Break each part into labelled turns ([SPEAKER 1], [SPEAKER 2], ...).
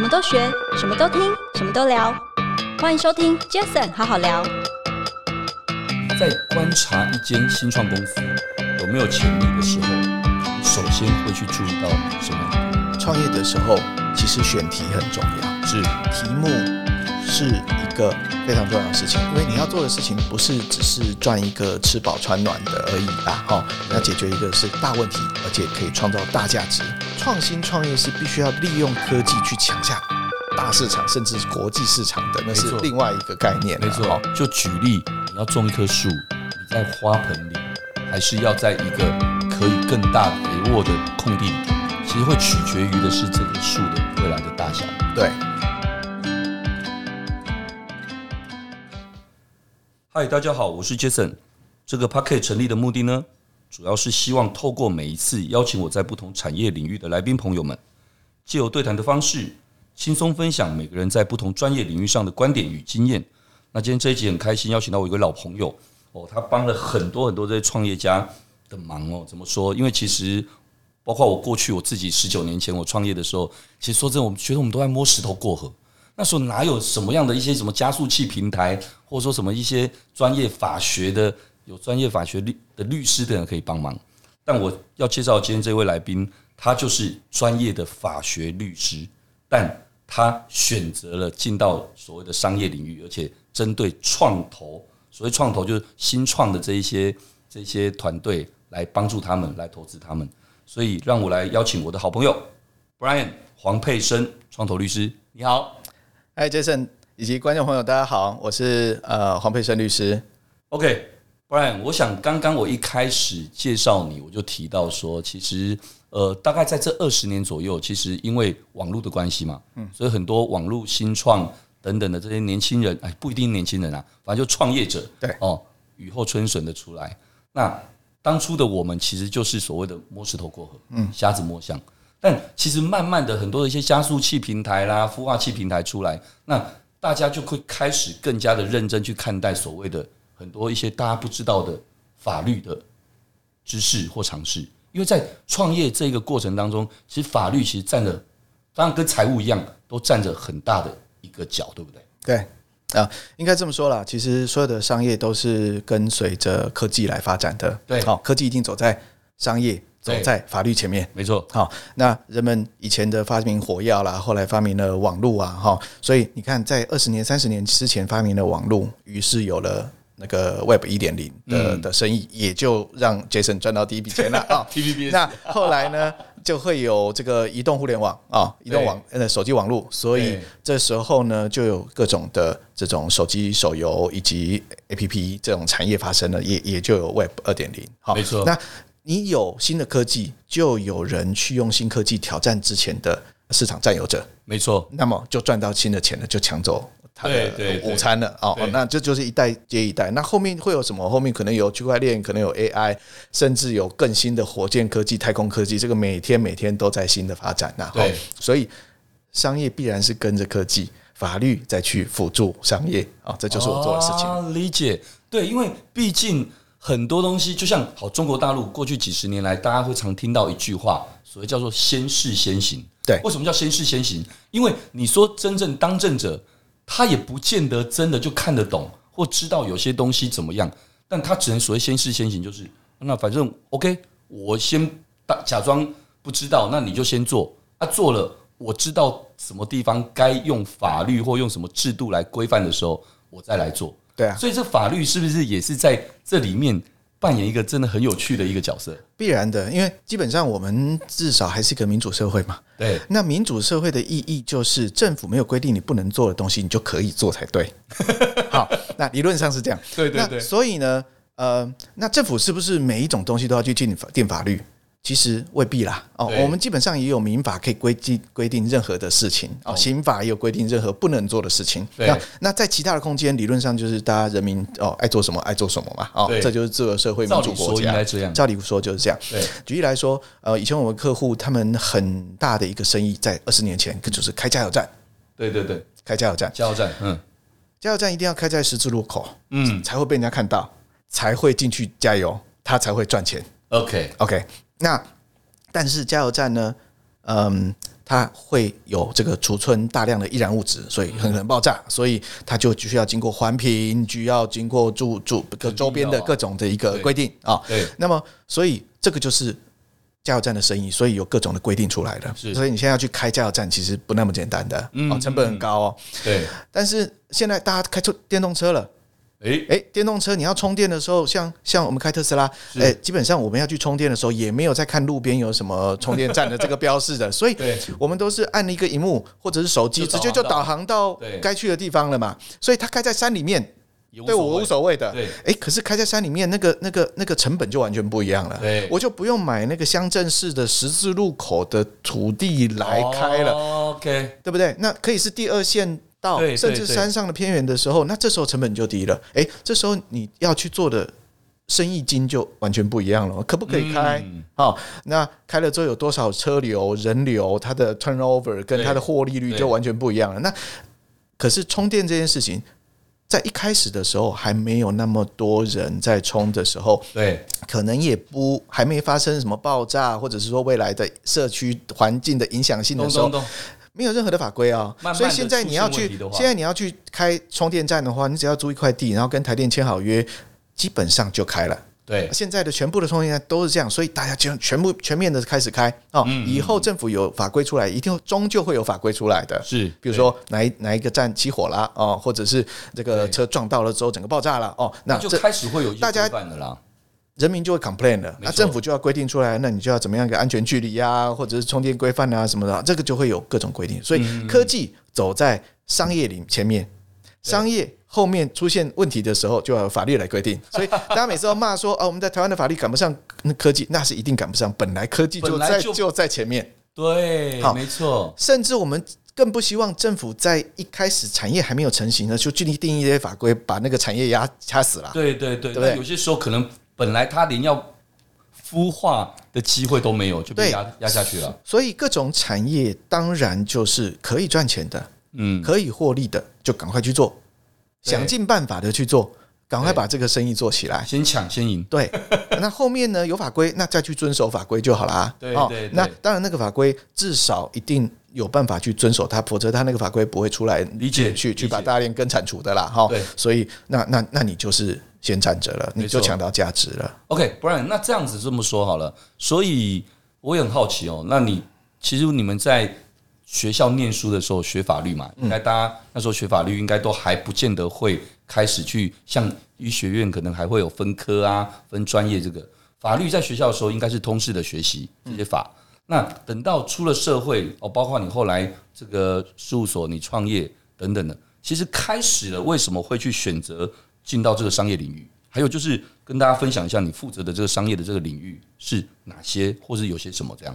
[SPEAKER 1] 么都学，什么都听，什么都聊。欢迎收听 Jason 好好聊。
[SPEAKER 2] 在观察一间新创公司有没有潜力的时候，你首先会去注意到什么？
[SPEAKER 3] 创业的时候，其实选题很重要，
[SPEAKER 2] 是
[SPEAKER 3] 题目是一个非常重要的事情，因为你要做的事情不是只是赚一个吃饱穿暖的而已啦，哈、哦，你要解决一个是大问题，而且可以创造大价值。创新创业是必须要利用科技去抢下大市场，甚至是国际市场的，那
[SPEAKER 2] 没
[SPEAKER 3] 是
[SPEAKER 2] 错
[SPEAKER 3] 另外一个概念啦，啊
[SPEAKER 2] 没错
[SPEAKER 3] 哈。
[SPEAKER 2] 就举例，你要种一棵树，你在花盆里，还是要在一个可以更大肥沃的空地里？其实会取决于的是这棵树的未来的大小。
[SPEAKER 3] 对，
[SPEAKER 2] 嗨，大家好，我是 Jason。这个 p a c k e t 成立的目的呢，主要是希望透过每一次邀请我在不同产业领域的来宾朋友们，借由对谈的方式，轻松分享每个人在不同专业领域上的观点与经验。那今天这一集很开心，邀请到我一个老朋友哦，他帮了很多很多这些创业家的忙哦。怎么说？因为其实包括我过去我自己十九年前我创业的时候，其实说真的，我们觉得我们都在摸石头过河。那时候哪有什么样的一些什么加速器平台，或者说什么一些专业法学的有专业法学律的律师的人可以帮忙？但我要介绍今天这位来宾，他就是专业的法学律师，但他选择了进到所谓的商业领域，而且针对创投，所谓创投就是新创的这一些这一些团队来帮助他们来投资他们。所以让我来邀请我的好朋友 Brian 黄佩生创投律师，你好。
[SPEAKER 3] 嗨，Jason 哎以及观众朋友，大家好，我是呃黄佩生律师，
[SPEAKER 2] OK，Brian，、我想刚刚我一开始介绍你，我就提到说，其实呃，大概在这二十年左右，其实因为网络的关系嘛，嗯，所以很多网络新创等等的这些年轻人，哎，不一定年轻人啊，反正就创业者，
[SPEAKER 3] 对
[SPEAKER 2] 哦，雨后春笋的出来。那当初的我们其实就是所谓的摸石头过河，嗯，瞎子摸象。但其实慢慢的，很多的一些加速器平台啦、孵化器平台出来，那大家就会开始更加的认真去看待所谓的很多一些大家不知道的法律的知识或尝试。因为在创业这个过程当中，其实法律其实占了，当然跟财务一样，都占着很大的一个角，对不对？
[SPEAKER 3] 对啊、应该这么说啦。其实所有的商业都是跟随着科技来发展的，
[SPEAKER 2] 对
[SPEAKER 3] 好、科技一定走在商业走
[SPEAKER 2] 对
[SPEAKER 3] 在法律前面。
[SPEAKER 2] 没错，
[SPEAKER 3] 好，那人们以前的发明火药啦，后来发明了网络啊，哈，所以你看，在二十年、三十年之前发明了网络，于是有了那个 Web 一点零的
[SPEAKER 2] 嗯
[SPEAKER 3] 的生意，也就让 Jason 赚到第一 笔钱了啊。
[SPEAKER 2] TVBS
[SPEAKER 3] 那后来呢，就会有这个移动互联网啊，移动网呃手机网络，所以
[SPEAKER 2] 对
[SPEAKER 3] 这时候呢，就有各种的这种手机手游以及 APP 这种产业发生了，也也就有 Web 二点零。好，
[SPEAKER 2] 没错
[SPEAKER 3] 那你有新的科技，就有人去用新科技挑战之前的市场占有者，
[SPEAKER 2] 没错，
[SPEAKER 3] 那么就赚到新的钱了，就抢走。他
[SPEAKER 2] 对
[SPEAKER 3] 的
[SPEAKER 2] 对对
[SPEAKER 3] 午餐了哦
[SPEAKER 2] 对，
[SPEAKER 3] 那这就是一代接一代。那后面会有什么？后面可能有区块链，可能有 AI，甚至有更新的火箭科技、太空科技，这个每天每天都在新的发展呐、哦
[SPEAKER 2] 对
[SPEAKER 3] 所以商业必然是跟着科技，法律再去辅助商业啊、哦这就是我做的事情。
[SPEAKER 2] 啊、理解，对，因为毕竟很多东西，就像好中国大陆过去几十年来，大家会常听到一句话，所谓叫做“先试先行”。
[SPEAKER 3] 对
[SPEAKER 2] 为什么叫先试先行？因为你说真正当政者，他也不见得真的就看得懂或知道有些东西怎么样，但他只能所谓先试先行，就是那反正 OK，我先打假装不知道，那你就先做啊，做了我知道什么地方该用法律或用什么制度来规范的时候，我再来做。
[SPEAKER 3] 对啊，
[SPEAKER 2] 所以这法律是不是也是在这里面扮演一个真的很有趣的一个角色？
[SPEAKER 3] 必然的，因为基本上我们至少还是一个民主社会嘛。
[SPEAKER 2] 对，
[SPEAKER 3] 那民主社会的意义就是政府没有规定你不能做的东西，你就可以做才对。 好，那理论上是这样。
[SPEAKER 2] 对对对
[SPEAKER 3] 那所以呢，呃，那政府是不是每一种东西都要去定法定法律？其实未必啦。哦，
[SPEAKER 2] 对
[SPEAKER 3] 我们基本上也有民法可以规定规定任何的事情，哦，刑法也有规定任何不能做的事情。
[SPEAKER 2] 对
[SPEAKER 3] 那那在其他的空间，理论上就是大家人民哦爱做什么爱做什么嘛。哦
[SPEAKER 2] 对，
[SPEAKER 3] 这就是自由社会民
[SPEAKER 2] 照
[SPEAKER 3] 主
[SPEAKER 2] 理
[SPEAKER 3] 国
[SPEAKER 2] 说
[SPEAKER 3] 家
[SPEAKER 2] 应。该这样。
[SPEAKER 3] 照理说就是这样。
[SPEAKER 2] 对，
[SPEAKER 3] 举例来说，呃，以前我们客户他们很大的一个生意，在二十年前就是开加油站，
[SPEAKER 2] 对对对，
[SPEAKER 3] 开加油站，
[SPEAKER 2] 加油站，嗯，
[SPEAKER 3] 加油站一定要开在十字路口，
[SPEAKER 2] 嗯
[SPEAKER 3] 才会被人家看到，才会进去加油，他才会赚钱。
[SPEAKER 2] ，OK，
[SPEAKER 3] OK，那但是加油站呢，嗯，它会有这个储存大量的易燃物质，所以很可能爆炸，所以它就需要经过环评，需要经过住住各周边的各种的一个规定啊、
[SPEAKER 2] 对，
[SPEAKER 3] 那么，所以这个就是加油站的生意，所以有各种的规定出来了。
[SPEAKER 2] 是
[SPEAKER 3] 所以你现在要去开加油站，其实不那么简单的，
[SPEAKER 2] 嗯
[SPEAKER 3] 哦，成本很高哦。
[SPEAKER 2] 对，
[SPEAKER 3] 但是现在大家开出电动车了，
[SPEAKER 2] 诶，
[SPEAKER 3] 诶，电动车你要充电的时候，像像我们开特斯拉，
[SPEAKER 2] 是
[SPEAKER 3] 诶，基本上我们要去充电的时候，也没有在看路边有什么充电站的这个标 示的，所以
[SPEAKER 2] 对，
[SPEAKER 3] 我们都是按了一个荧幕或者是手机，
[SPEAKER 2] 就
[SPEAKER 3] 直
[SPEAKER 2] 导航
[SPEAKER 3] 接就
[SPEAKER 2] 到
[SPEAKER 3] 导航到
[SPEAKER 2] 对
[SPEAKER 3] 该去的地方了嘛。所以它开在山里面，
[SPEAKER 2] 也
[SPEAKER 3] 对我无
[SPEAKER 2] 谓
[SPEAKER 3] 所谓的。
[SPEAKER 2] 对
[SPEAKER 3] 哎、可是开在山里面，那个、那个、那个成本就完全不一样了。
[SPEAKER 2] 对
[SPEAKER 3] 我就不用买那个乡镇市的十字路口的土地来开了，
[SPEAKER 2] 哦 OK，
[SPEAKER 3] 对不对？那可以是第二线道，
[SPEAKER 2] 对对
[SPEAKER 3] 甚至山上的偏远的时候，那这时候成本就低了。哎、这时候你要去做的生意经就完全不一样了，可不可以开？
[SPEAKER 2] 嗯
[SPEAKER 3] 好、那开了之后有多少车流、人流，它的 turnover 跟它的获利率
[SPEAKER 2] 对
[SPEAKER 3] 就完全不一样了。那可是充电这件事情，在一开始的时候还没有那么多人在充的时候，
[SPEAKER 2] 对，
[SPEAKER 3] 可能也不还没发生什么爆炸，或者是说未来的社区环境的影响性的
[SPEAKER 2] 咚
[SPEAKER 3] 时候
[SPEAKER 2] 咚，咚，
[SPEAKER 3] 没有任何的法规啊、
[SPEAKER 2] 慢慢地
[SPEAKER 3] 所以现在你要
[SPEAKER 2] 出现问
[SPEAKER 3] 去
[SPEAKER 2] 题的，话
[SPEAKER 3] 现在你要去开充电站的话，你只要租一块地，然后跟台电签好约，基本上就开了。
[SPEAKER 2] 对，
[SPEAKER 3] 现在的全部的充电站都是这样，所以大家就全部全面的开始开哦。
[SPEAKER 2] 嗯
[SPEAKER 3] 以后政府有法规出来，一定终究会有法规出来的。
[SPEAKER 2] 是，
[SPEAKER 3] 比如说哪一哪一个站起火啦，哦，或者是这个
[SPEAKER 2] 对
[SPEAKER 3] 车撞到了之后整个爆炸了，哦，
[SPEAKER 2] 对
[SPEAKER 3] 那
[SPEAKER 2] 就
[SPEAKER 3] 这
[SPEAKER 2] 开始会有一些
[SPEAKER 3] 大家
[SPEAKER 2] 规范的啦，
[SPEAKER 3] 人民就会 complain 了，
[SPEAKER 2] 没
[SPEAKER 3] 那
[SPEAKER 2] 错
[SPEAKER 3] 政府就要规定出来，那你就要怎么样一个安全距离啊，或者是充电规范啊什么的，这个就会有各种规定。所以科技走在商业里前面，商业后面出现问题的时候，就要有法律来 规定。所以大家每次都骂说，哦，我们在台湾的法律赶不上那科技，那是一定赶不上，本来科技就
[SPEAKER 2] 本来
[SPEAKER 3] 在
[SPEAKER 2] 就
[SPEAKER 3] 就在前面。
[SPEAKER 2] 对
[SPEAKER 3] 好，
[SPEAKER 2] 没错，
[SPEAKER 3] 甚至我们更不希望政府在一开始产业还没有成型呢，就制定定一些法规，把那个产业压掐死了。
[SPEAKER 2] 对对对，
[SPEAKER 3] 啊对不对
[SPEAKER 2] 那有些时候可能本来他连要孵化的机会都没有，就被
[SPEAKER 3] 对
[SPEAKER 2] 压压下去了。
[SPEAKER 3] 所以各种产业当然就是可以赚钱的，
[SPEAKER 2] 嗯，
[SPEAKER 3] 可以获利的，就赶快去做，
[SPEAKER 2] 对
[SPEAKER 3] 想尽办法的去做，赶快
[SPEAKER 2] 对
[SPEAKER 3] 把这个生意做起来。
[SPEAKER 2] 先抢先赢，
[SPEAKER 3] 对， 那后面呢有法规，那再去遵守法规就好啦。啊哦
[SPEAKER 2] 对对对
[SPEAKER 3] 那当然那个法规至少一定有办法去遵守它，否则它那个法规不会出来
[SPEAKER 2] 理解
[SPEAKER 3] 去去
[SPEAKER 2] 理解
[SPEAKER 3] 把大家连根铲除的啦。哈
[SPEAKER 2] 对，
[SPEAKER 3] 所以那那那你就是先站着了，
[SPEAKER 2] 没
[SPEAKER 3] 你就
[SPEAKER 2] 错
[SPEAKER 3] 抢到价值了。
[SPEAKER 2] OK，Brian，、那这样子这么说好了，所以我也很好奇哦。那你其实你们在学校念书的时候学法律嘛，应该大家那时候学法律应该都还不见得会开始去像医学院可能还会有分科啊、分专业这个法律在学校的时候应该是通识的学习这些法。那等到出了社会哦，包括你后来这个事务所你创业等等的，其实开始了为什么会去选择进到这个商业领域？还有就是跟大家分享一下你负责的这个商业的这个领域是哪些，或是有些什么这样？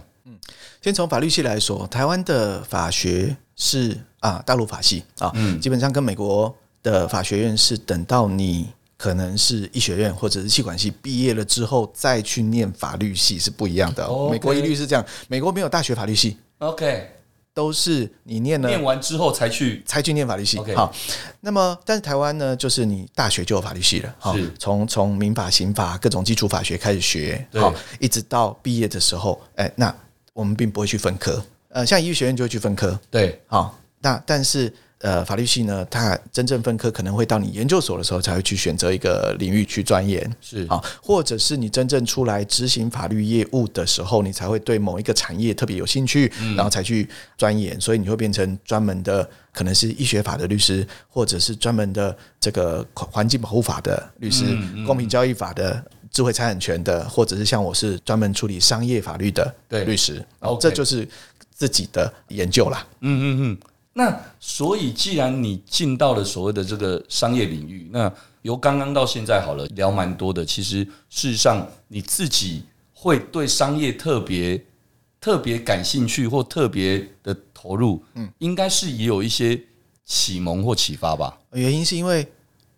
[SPEAKER 3] 先从法律系来说，台湾的法学是啊，大陆法系啊，基本上跟美国的法学院是等到你可能是医学院或者是气管系毕业了之后再去念法律系是不一样的、哦。
[SPEAKER 2] OK
[SPEAKER 3] 美国一律是这样，美国没有大学法律系，
[SPEAKER 2] OK，
[SPEAKER 3] 都是你念了
[SPEAKER 2] 念完之后才去
[SPEAKER 3] 才去念法律系。
[SPEAKER 2] OK
[SPEAKER 3] 好，那么但是台湾呢，就是你大学就有法律系了，好
[SPEAKER 2] 是，
[SPEAKER 3] 从从民法、刑法各种基础法学开始学，
[SPEAKER 2] 对
[SPEAKER 3] 好，一直到毕业的时候，哎、那我们并不会去分科，呃，像医学院就会去分科，
[SPEAKER 2] 对
[SPEAKER 3] 好，那但是。呃，法律系呢，它真正分科可能会到你研究所的时候才会去选择一个领域去钻研，
[SPEAKER 2] 是
[SPEAKER 3] 好，或者是你真正出来执行法律业务的时候，你才会对某一个产业特别有兴趣，
[SPEAKER 2] 嗯
[SPEAKER 3] 然后才去钻研，所以你会变成专门的，可能是医学法的律师，或者是专门的这个环境保护法的律师，
[SPEAKER 2] 嗯
[SPEAKER 3] 公平交易法的。智慧财产权的，或者是像我是专门处理商业法律的
[SPEAKER 2] 对
[SPEAKER 3] 律师，哦，
[SPEAKER 2] OK
[SPEAKER 3] 这就是自己的研究啦。
[SPEAKER 2] 那所以，既然你进到了所谓的这个商业领域，那由刚刚到现在好了，聊蛮多的。其实事实上，你自己会对商业特别特别感兴趣，或特别的投入，嗯，应该是也有一些启蒙或启发吧。
[SPEAKER 3] 原因是因为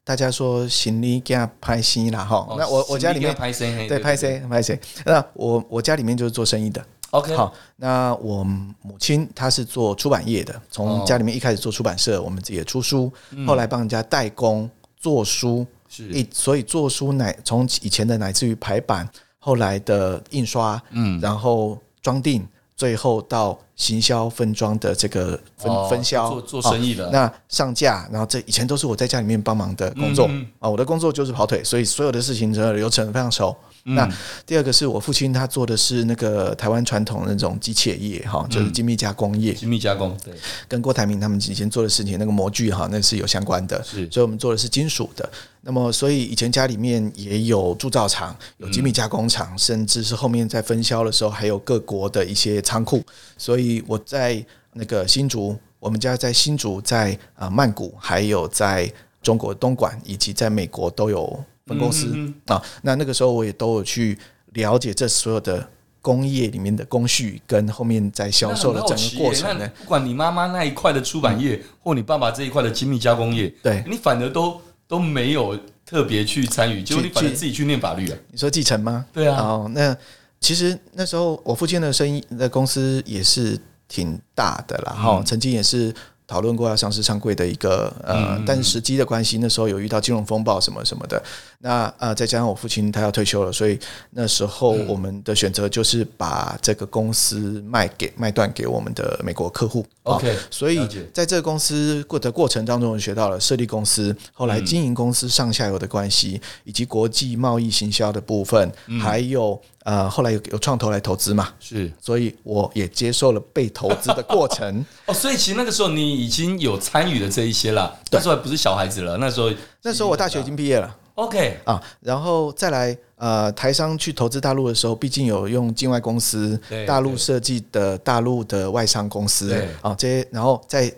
[SPEAKER 3] 大家说行李给他拍新啦哈，
[SPEAKER 2] 哦
[SPEAKER 3] 那我我家里面
[SPEAKER 2] 拍谁？
[SPEAKER 3] 对，拍谁拍谁。那我我家里面就是做生意的。
[SPEAKER 2] ？OK，
[SPEAKER 3] 好，那我母亲她是做出版业的，从
[SPEAKER 2] 哦
[SPEAKER 3] 家里面一开始做出版社，我们自己也出书，后来帮人家代工做书，
[SPEAKER 2] 是
[SPEAKER 3] 一所以做书乃从以前的乃至于排版，后来的印刷，嗯，然后装订。最后到行销分装的这个分、
[SPEAKER 4] 哦
[SPEAKER 3] 分销
[SPEAKER 4] 做做生意的
[SPEAKER 3] 哦那上架，然后这以前都是我在家里面帮忙的工作啊、我的工作就是跑腿，所以所有的事情的流程非常熟。那第二个是我父亲他做的是那个台湾传统的那种机械业哈，就是精密加工业，
[SPEAKER 2] 精密加工，对，
[SPEAKER 3] 跟郭台铭他们以前做的事情，那个模具哈，那是有相关的，
[SPEAKER 2] 是
[SPEAKER 3] 所以我们做的是金属的。那么，所以以前家里面也有铸造厂，有精密加工厂，甚至是后面在分销的时候，还有各国的一些仓库。所以我在那个新竹，我们家在新竹，在啊、呃曼谷，还有在中国东莞，以及在美国都有分公司啊、那那个时候我也都有去了解这所有的。工业里面的工序跟后面在销售的整个过程呢，
[SPEAKER 2] 那不管你妈妈那一块的出版业，或你爸爸这一块的精密加工业，
[SPEAKER 3] 对
[SPEAKER 2] 你反而都都没有特别去参与，结果你反而
[SPEAKER 3] 去
[SPEAKER 2] 自己去念法律啊。
[SPEAKER 3] 你说继承吗？
[SPEAKER 2] 对啊
[SPEAKER 3] 哦，那其实那时候我父亲的生意的公司也是挺大的
[SPEAKER 2] 嗯
[SPEAKER 3] 啦，哈、曾经也是讨论过要上市上柜的一个
[SPEAKER 2] 嗯
[SPEAKER 3] 呃，但是时机的关系，那时候有遇到金融风暴什么什么的，那呃，再加上我父亲他要退休了，所以那时候我们的选择就是把这个公司卖给卖断给我们的美国客户。哦
[SPEAKER 2] OK，
[SPEAKER 3] 所以
[SPEAKER 2] 了解
[SPEAKER 3] 在这个公司过的过程当中，我学到了设立公司，后
[SPEAKER 2] 嗯
[SPEAKER 3] 来经营公司上下游的关系，以及国际贸易行销的部分，
[SPEAKER 2] 嗯
[SPEAKER 3] 还有呃，后来有有创投来投资嘛，
[SPEAKER 2] 是
[SPEAKER 3] 所以我也接受了被投资的过程。
[SPEAKER 2] 哦，所以其实那个时候你已经有参与的这一些啦，那时候还不是小孩子了，那时候
[SPEAKER 3] 那时候我大学已经毕业了。
[SPEAKER 2] OK，
[SPEAKER 3] 啊，然后再来呃，台商去投资大陆的时候，毕竟有用境外公司
[SPEAKER 2] 对、
[SPEAKER 3] 大
[SPEAKER 2] 对
[SPEAKER 3] 陆设计的大陆的外商公司
[SPEAKER 2] 对
[SPEAKER 3] 啊，这些，然后在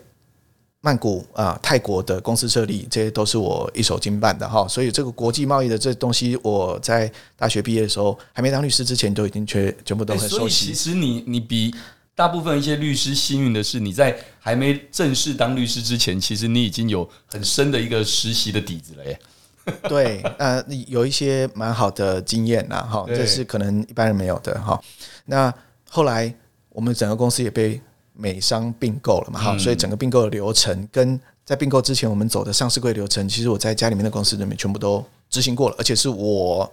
[SPEAKER 3] 曼谷啊、泰国的公司设立，这些都是我一手经办的哈。所以这个国际贸易的这东西，我在大学毕业的时候，还没当律师之前，都已经全全部都
[SPEAKER 2] 对，
[SPEAKER 3] 很
[SPEAKER 2] 哎所
[SPEAKER 3] 熟
[SPEAKER 2] 以其
[SPEAKER 3] 悉。
[SPEAKER 2] 实你你比大部分一些律师幸运的是，你在还没正式当律师之前，其实你已经有很深的一个实习的底子了耶。
[SPEAKER 3] 对，呃，有一些蛮好的经验啦，哈，
[SPEAKER 2] 对
[SPEAKER 3] 这是可能一般人没有的哈。那后来我们整个公司也被美商并购了嘛，哈、所以整个并购的流程跟在并购之前我们走的上市柜流程，其实我在家里面的公司里面全部都执行过了，而且是我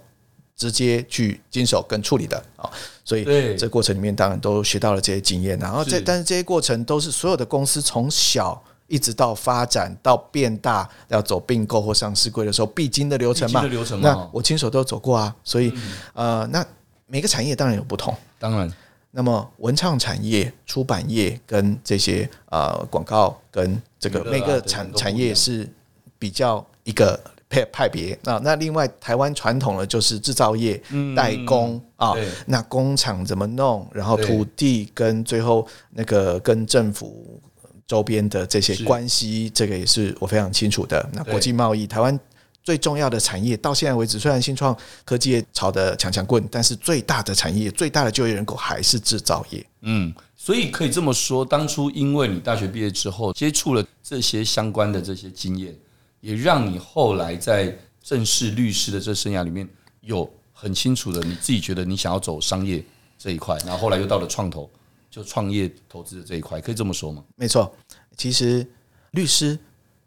[SPEAKER 3] 直接去经手跟处理的啊，所以
[SPEAKER 2] 对
[SPEAKER 3] 这过程里面当然都学到了这些经验，啊然后这
[SPEAKER 2] 是
[SPEAKER 3] 但是这些过程都是所有的公司从小。一直到发展到变大，要走并购或上市柜的时候必经的流程嘛，
[SPEAKER 2] 必经的流程哦嗯嘛
[SPEAKER 3] 那我亲手都走过啊，所以、呃，那每个产业当然有不同，
[SPEAKER 2] 当然，
[SPEAKER 3] 那么文创产业、出版业跟这些呃广告跟这个
[SPEAKER 2] 娱乐啊
[SPEAKER 3] 每个
[SPEAKER 2] 等等
[SPEAKER 3] 产
[SPEAKER 2] 都不一样
[SPEAKER 3] 产业是比较一个派派别。那那另外台湾传统的就是制造业、代工啊
[SPEAKER 2] 嗯对，
[SPEAKER 3] 那工厂怎么弄，然后
[SPEAKER 2] 对
[SPEAKER 3] 土地跟最后那个跟政府。周边的这些
[SPEAKER 2] 是
[SPEAKER 3] 关系，这个也是我非常清楚的。那
[SPEAKER 2] 对
[SPEAKER 3] 国际贸易，台湾最重要的产业，到现在为止，虽然新创科技业炒得强强棍，但是最大的产业、最大的就业人口还是制造业。
[SPEAKER 2] 嗯，所以可以这么说，当初因为你大学毕业之后接触了这些相关的这些经验，也让你后来在正式律师的这生涯里面有很清楚的你自己觉得你想要走商业这一块，然后后来又到了创投，就创业投资的这一块，可以这么说吗？
[SPEAKER 3] 没错，其实律师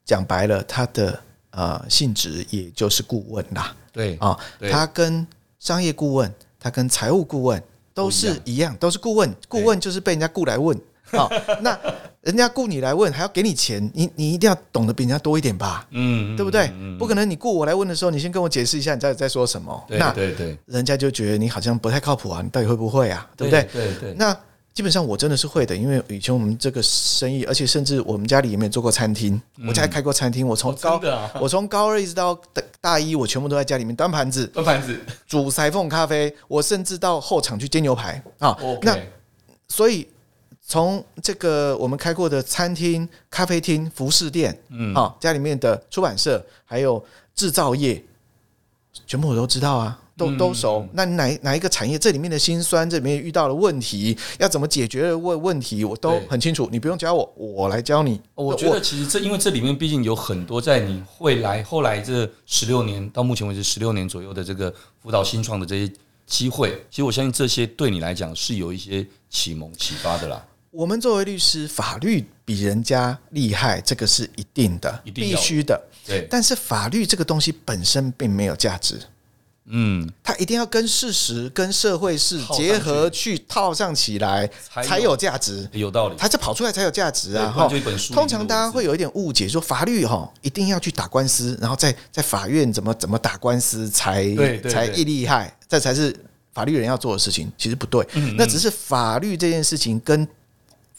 [SPEAKER 3] 讲白了，他的呃性质也就是顾问啦，
[SPEAKER 2] 对
[SPEAKER 3] 啊、
[SPEAKER 2] 对
[SPEAKER 3] 他跟商业顾问，他跟财务顾问都是一样，都是顾问，顾问就是被人家雇来问啊、 那人家雇你来问，还要给你钱，你你一定要懂得比人家多一点吧，
[SPEAKER 2] 嗯，
[SPEAKER 3] 对不对？不可能你雇我来问的时候，你先跟我解释一下你在在说什么，
[SPEAKER 2] 对
[SPEAKER 3] 那
[SPEAKER 2] 对对，
[SPEAKER 3] 人家就觉得你好像不太靠谱啊，你到底会不会啊？对不对？
[SPEAKER 2] 对对，
[SPEAKER 3] 那基本上我真的是会的，因为以前我们这个生意，而且甚至我们家里也没有做过餐厅，我家还开过餐厅，我从高、
[SPEAKER 2] 嗯真的啊
[SPEAKER 3] 我从高二一直到大大一，我全部都在家里面端盘子、
[SPEAKER 2] 端盘子
[SPEAKER 3] 煮裁缝咖啡，我甚至到后场去煎牛排啊。
[SPEAKER 2] 哦，OK，
[SPEAKER 3] 那所以从这个我们开过的餐厅、咖啡厅、服饰店，嗯，好、家里面的出版社，还有制造业，全部我都知道啊，都都熟。那哪哪一个产业这里面的辛酸，这里面遇到的问题，要怎么解决的问问题，我都
[SPEAKER 2] 对
[SPEAKER 3] 很清楚。你不用教我，我来教你。
[SPEAKER 2] 哦我觉得其实这因为这里面毕竟有很多在你会来后来这十六年到目前为止十六年左右的这个辅导新创的这些机会，其实我相信这些对你来讲是有一些启蒙启发的啦。
[SPEAKER 3] 我们作为律师，法律比人家厉害，这个是一定的，
[SPEAKER 2] 一定要
[SPEAKER 3] 必须的。
[SPEAKER 2] 对，
[SPEAKER 3] 但是法律这个东西本身并没有价值。
[SPEAKER 2] 嗯，
[SPEAKER 3] 它一定要跟事实、跟社会是
[SPEAKER 2] 套上去
[SPEAKER 3] 结合去套上起来，
[SPEAKER 2] 才有
[SPEAKER 3] 才有价值，
[SPEAKER 2] 有道理。
[SPEAKER 3] 它是跑出来才有价值啊！
[SPEAKER 2] 对不然
[SPEAKER 3] 哈
[SPEAKER 2] 就一本书，
[SPEAKER 3] 通常大家会
[SPEAKER 2] 有
[SPEAKER 3] 有一点误解，说法律哈一定要去打官司，然后在在法院怎么怎么打官司才
[SPEAKER 2] 对对
[SPEAKER 3] 才
[SPEAKER 2] 对
[SPEAKER 3] 一厉害，这才是法律人要做的事情。其实不对，
[SPEAKER 2] 嗯
[SPEAKER 3] 那只是法律这件事情跟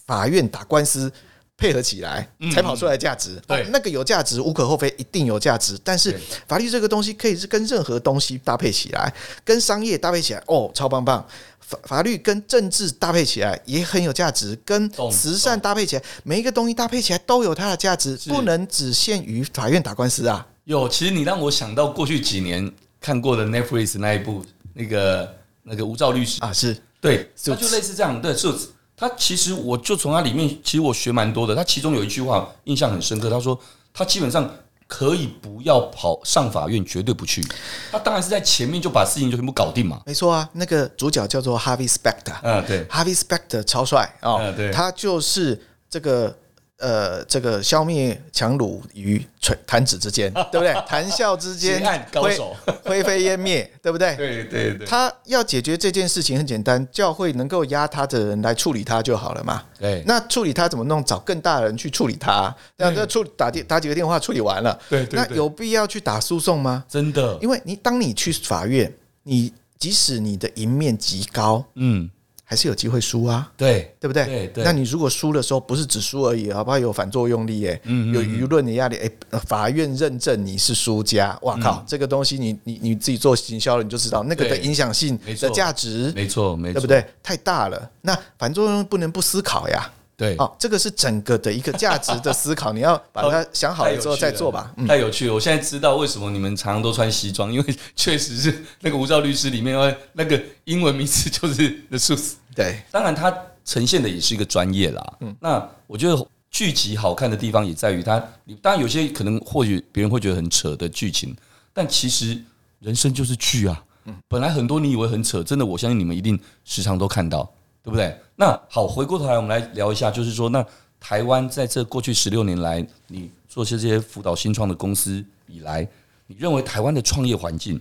[SPEAKER 3] 法院打官司。配合起来才跑出来价值，
[SPEAKER 2] 嗯对
[SPEAKER 3] 哦那个有价值，无可厚非，一定有价值。但是
[SPEAKER 2] 对
[SPEAKER 3] 法律这个东西可以是跟任何东西搭配起来，跟商业搭配起来，哦，超棒棒。法法律跟政治搭配起来也很有价值，跟
[SPEAKER 2] 懂
[SPEAKER 3] 慈善搭配起来，每一个东西搭配起来都有它的价值，
[SPEAKER 2] 是
[SPEAKER 3] 不能只限于法院打官司啊。
[SPEAKER 2] 有，其实你让我想到过去几年看过的 Netflix 那一部那个那个无照律师，
[SPEAKER 3] 啊，是
[SPEAKER 2] 对，
[SPEAKER 3] 就
[SPEAKER 2] 他就类似这样，对，就他其实我就从他里面，其实我学蛮多的。他其中有一句话印象很深刻，他说他基本上可以不要跑上法院，绝对不去。他当然是在前面就把事情就全部搞定嘛。
[SPEAKER 3] 没错啊。那个主角叫做 Harvey Specter，Harvey
[SPEAKER 2] 嗯，对，
[SPEAKER 3] Specter 超帅哦
[SPEAKER 2] 嗯，对
[SPEAKER 3] 他就是这个。呃，这个消灭强弩于垂弹指 之间，对不对？谈笑之间
[SPEAKER 2] 结案，高
[SPEAKER 3] 灰
[SPEAKER 2] 手
[SPEAKER 3] 灰飞烟灭，对不对？
[SPEAKER 2] 对对对，
[SPEAKER 3] 他要解决这件事情很简单，教会能够压他的人来处理他就好了嘛。
[SPEAKER 2] 对嗯
[SPEAKER 3] 那处理他怎么弄？找更大的人去处理他，这样就处打电打几个电话处理完了。
[SPEAKER 2] 对对
[SPEAKER 3] 那
[SPEAKER 2] 对
[SPEAKER 3] 有必要去打诉讼吗？
[SPEAKER 2] 真的，
[SPEAKER 3] 因为你当你去法院，你即使你的赢面极高，
[SPEAKER 2] 嗯，
[SPEAKER 3] 还是有机会输啊。
[SPEAKER 2] 对
[SPEAKER 3] 对不对？
[SPEAKER 2] 对对
[SPEAKER 3] 那你如果输的时候，不是只输而已，好不好？有反作用力，哎，
[SPEAKER 2] 嗯
[SPEAKER 3] 有舆论的压力，哎，呃法院认证你是输家，哇靠，这个东西你你你自己做行销了，你就知道那个的
[SPEAKER 2] 嗯对
[SPEAKER 3] 影响性
[SPEAKER 2] 没
[SPEAKER 3] 的
[SPEAKER 2] 错
[SPEAKER 3] 价值，
[SPEAKER 2] 没错没错，
[SPEAKER 3] 对不？对？太大了，那反作用力不能不思考呀。
[SPEAKER 2] 对，
[SPEAKER 3] 哦，这个是整个的一个价值的思考，你要把它想好了之后再做吧。嗯，
[SPEAKER 2] 哦太有趣了！我现在知道为什么你们常常都穿西装，因为 确实是那个无照律师里面呃那个英文名字就是 the suits。
[SPEAKER 3] 对，
[SPEAKER 2] 当然，它呈现的也是一个专业啦。嗯，那我觉得剧集好看的地方也在于它，当然有些可能或许别人会觉得很扯的剧情，但其实人生就是剧啊。本来很多你以为很扯，真的，我相信你们一定时常都看到，对不对？那好，回过头来我们来聊一下，就是说，那台湾在这过去十六年来，你做这些辅导新创的公司以来，你认为台湾的创业环境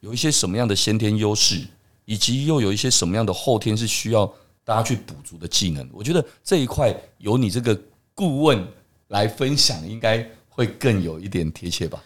[SPEAKER 2] 有一些什么样的先天优势，以及又有一些什么样的后天是需要大家去补足的技能？我觉得这一块由你这个顾问来分享，应该会更有一点贴切吧？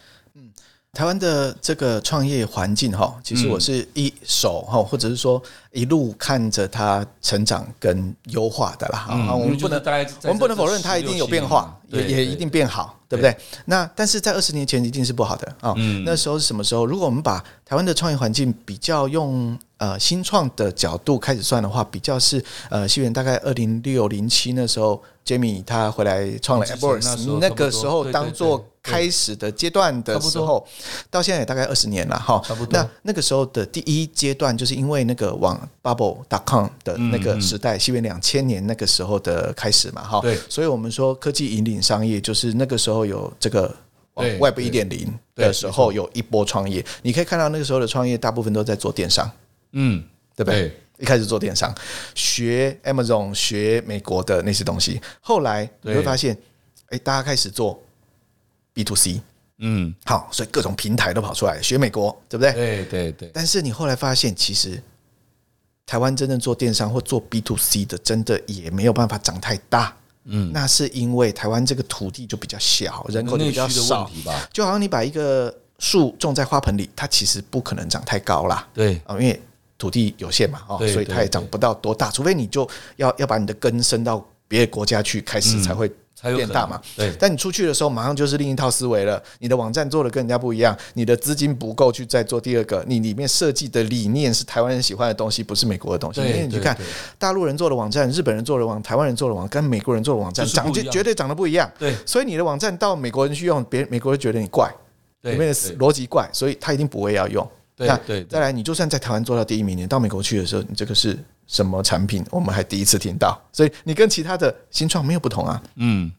[SPEAKER 3] 台湾的这个创业环境哈，其实我是一手哈，或者是说一路看着它成长跟优化的啦。
[SPEAKER 2] 嗯
[SPEAKER 3] 哈，我们不能
[SPEAKER 2] 大概
[SPEAKER 3] 我们不能否认它一定有变化，也也一定变好，对不对？那但是在二十年前一定是不好的啊、
[SPEAKER 2] 嗯
[SPEAKER 3] 那时候是什么时候？如果我们把台湾的创业环境比较用呃新创的角度开始算的话，比较是呃西元大概二零六零七那时候，Jamie 他回来创了
[SPEAKER 2] 之
[SPEAKER 3] a
[SPEAKER 2] 前
[SPEAKER 3] b o r
[SPEAKER 2] 那
[SPEAKER 3] s
[SPEAKER 2] 时候
[SPEAKER 3] 那
[SPEAKER 2] 差不
[SPEAKER 3] 个
[SPEAKER 2] 多
[SPEAKER 3] 时候
[SPEAKER 2] 对对
[SPEAKER 3] 当
[SPEAKER 2] 对
[SPEAKER 3] 做
[SPEAKER 2] 对
[SPEAKER 3] 开始的阶段的
[SPEAKER 2] 差不
[SPEAKER 3] 时
[SPEAKER 2] 多
[SPEAKER 3] 候，到现在也大概二十年了哈。
[SPEAKER 2] 差不多
[SPEAKER 3] 那那个时候的第一阶段，就是因为那个网 bubble.com 的那
[SPEAKER 2] 嗯
[SPEAKER 3] 个时代，西元两千年那个时候的开始嘛哈。
[SPEAKER 2] 对
[SPEAKER 3] 所以我们说科技引领商业，就是那个时候有这个
[SPEAKER 2] 对
[SPEAKER 3] Web
[SPEAKER 2] 对
[SPEAKER 3] 一点零
[SPEAKER 2] 对
[SPEAKER 3] 的时候有一波创业。你可以看到那个时候的创业，大部分都在做电商，
[SPEAKER 2] 嗯，
[SPEAKER 3] 对不对？一开始做电商，学 Amazon，学美国的那些东西。后来你会
[SPEAKER 2] 对
[SPEAKER 3] 发现，哎，大家开始做 B to C，
[SPEAKER 2] 嗯，
[SPEAKER 3] 好，所以各种平台都跑出来，学美国，对不对？
[SPEAKER 2] 对对对，
[SPEAKER 3] 但是你后来发现，其实台湾真正做电商或做 B to C 的，真的也没有办法长太大。嗯，那是因为台湾这个土地就比较小，人口就
[SPEAKER 2] 内
[SPEAKER 3] 比
[SPEAKER 2] 需
[SPEAKER 3] 较
[SPEAKER 2] 的问
[SPEAKER 3] 少，
[SPEAKER 2] 题吧？
[SPEAKER 3] 就好像你把一个树种在花盆里，它其实不可能长太高啦。
[SPEAKER 2] 对，
[SPEAKER 3] 啊，因为土地有限嘛，哦，
[SPEAKER 2] 对
[SPEAKER 3] 所以它也长不到多大，除非你就要要把你的根伸到别的国家去开
[SPEAKER 2] 嗯
[SPEAKER 3] 始才会
[SPEAKER 2] 才有
[SPEAKER 3] 变大嘛。
[SPEAKER 2] 可能对
[SPEAKER 3] 但你出去的时候，马上就是另一套思维了。你的网站做的跟人家不一样，你的资金不够去再做第二个，你里面设计的理念是台湾人喜欢的东西，不是美国的东西。因
[SPEAKER 2] 对
[SPEAKER 3] 为你去
[SPEAKER 2] 对
[SPEAKER 3] 看
[SPEAKER 2] 对
[SPEAKER 3] 大陆人做的网站、日本人做的网、台湾人做的网，跟美国人做的网站
[SPEAKER 2] 就是
[SPEAKER 3] 长
[SPEAKER 2] 不
[SPEAKER 3] 就
[SPEAKER 2] 一样
[SPEAKER 3] 绝对长得不一样。
[SPEAKER 2] 对
[SPEAKER 3] 所以你的网站到美国人去用，别美国人觉得你怪，
[SPEAKER 2] 对
[SPEAKER 3] 里面的
[SPEAKER 2] 对
[SPEAKER 3] 逻辑怪，所以他一定不会要用。
[SPEAKER 2] 对
[SPEAKER 3] 那
[SPEAKER 2] 对对
[SPEAKER 3] 再来，你就算在台湾做到第一名，你到美国去的时候，你这个是什么产品？我们还第一次听到，所以你跟其他的新创没有不同啊。
[SPEAKER 2] 嗯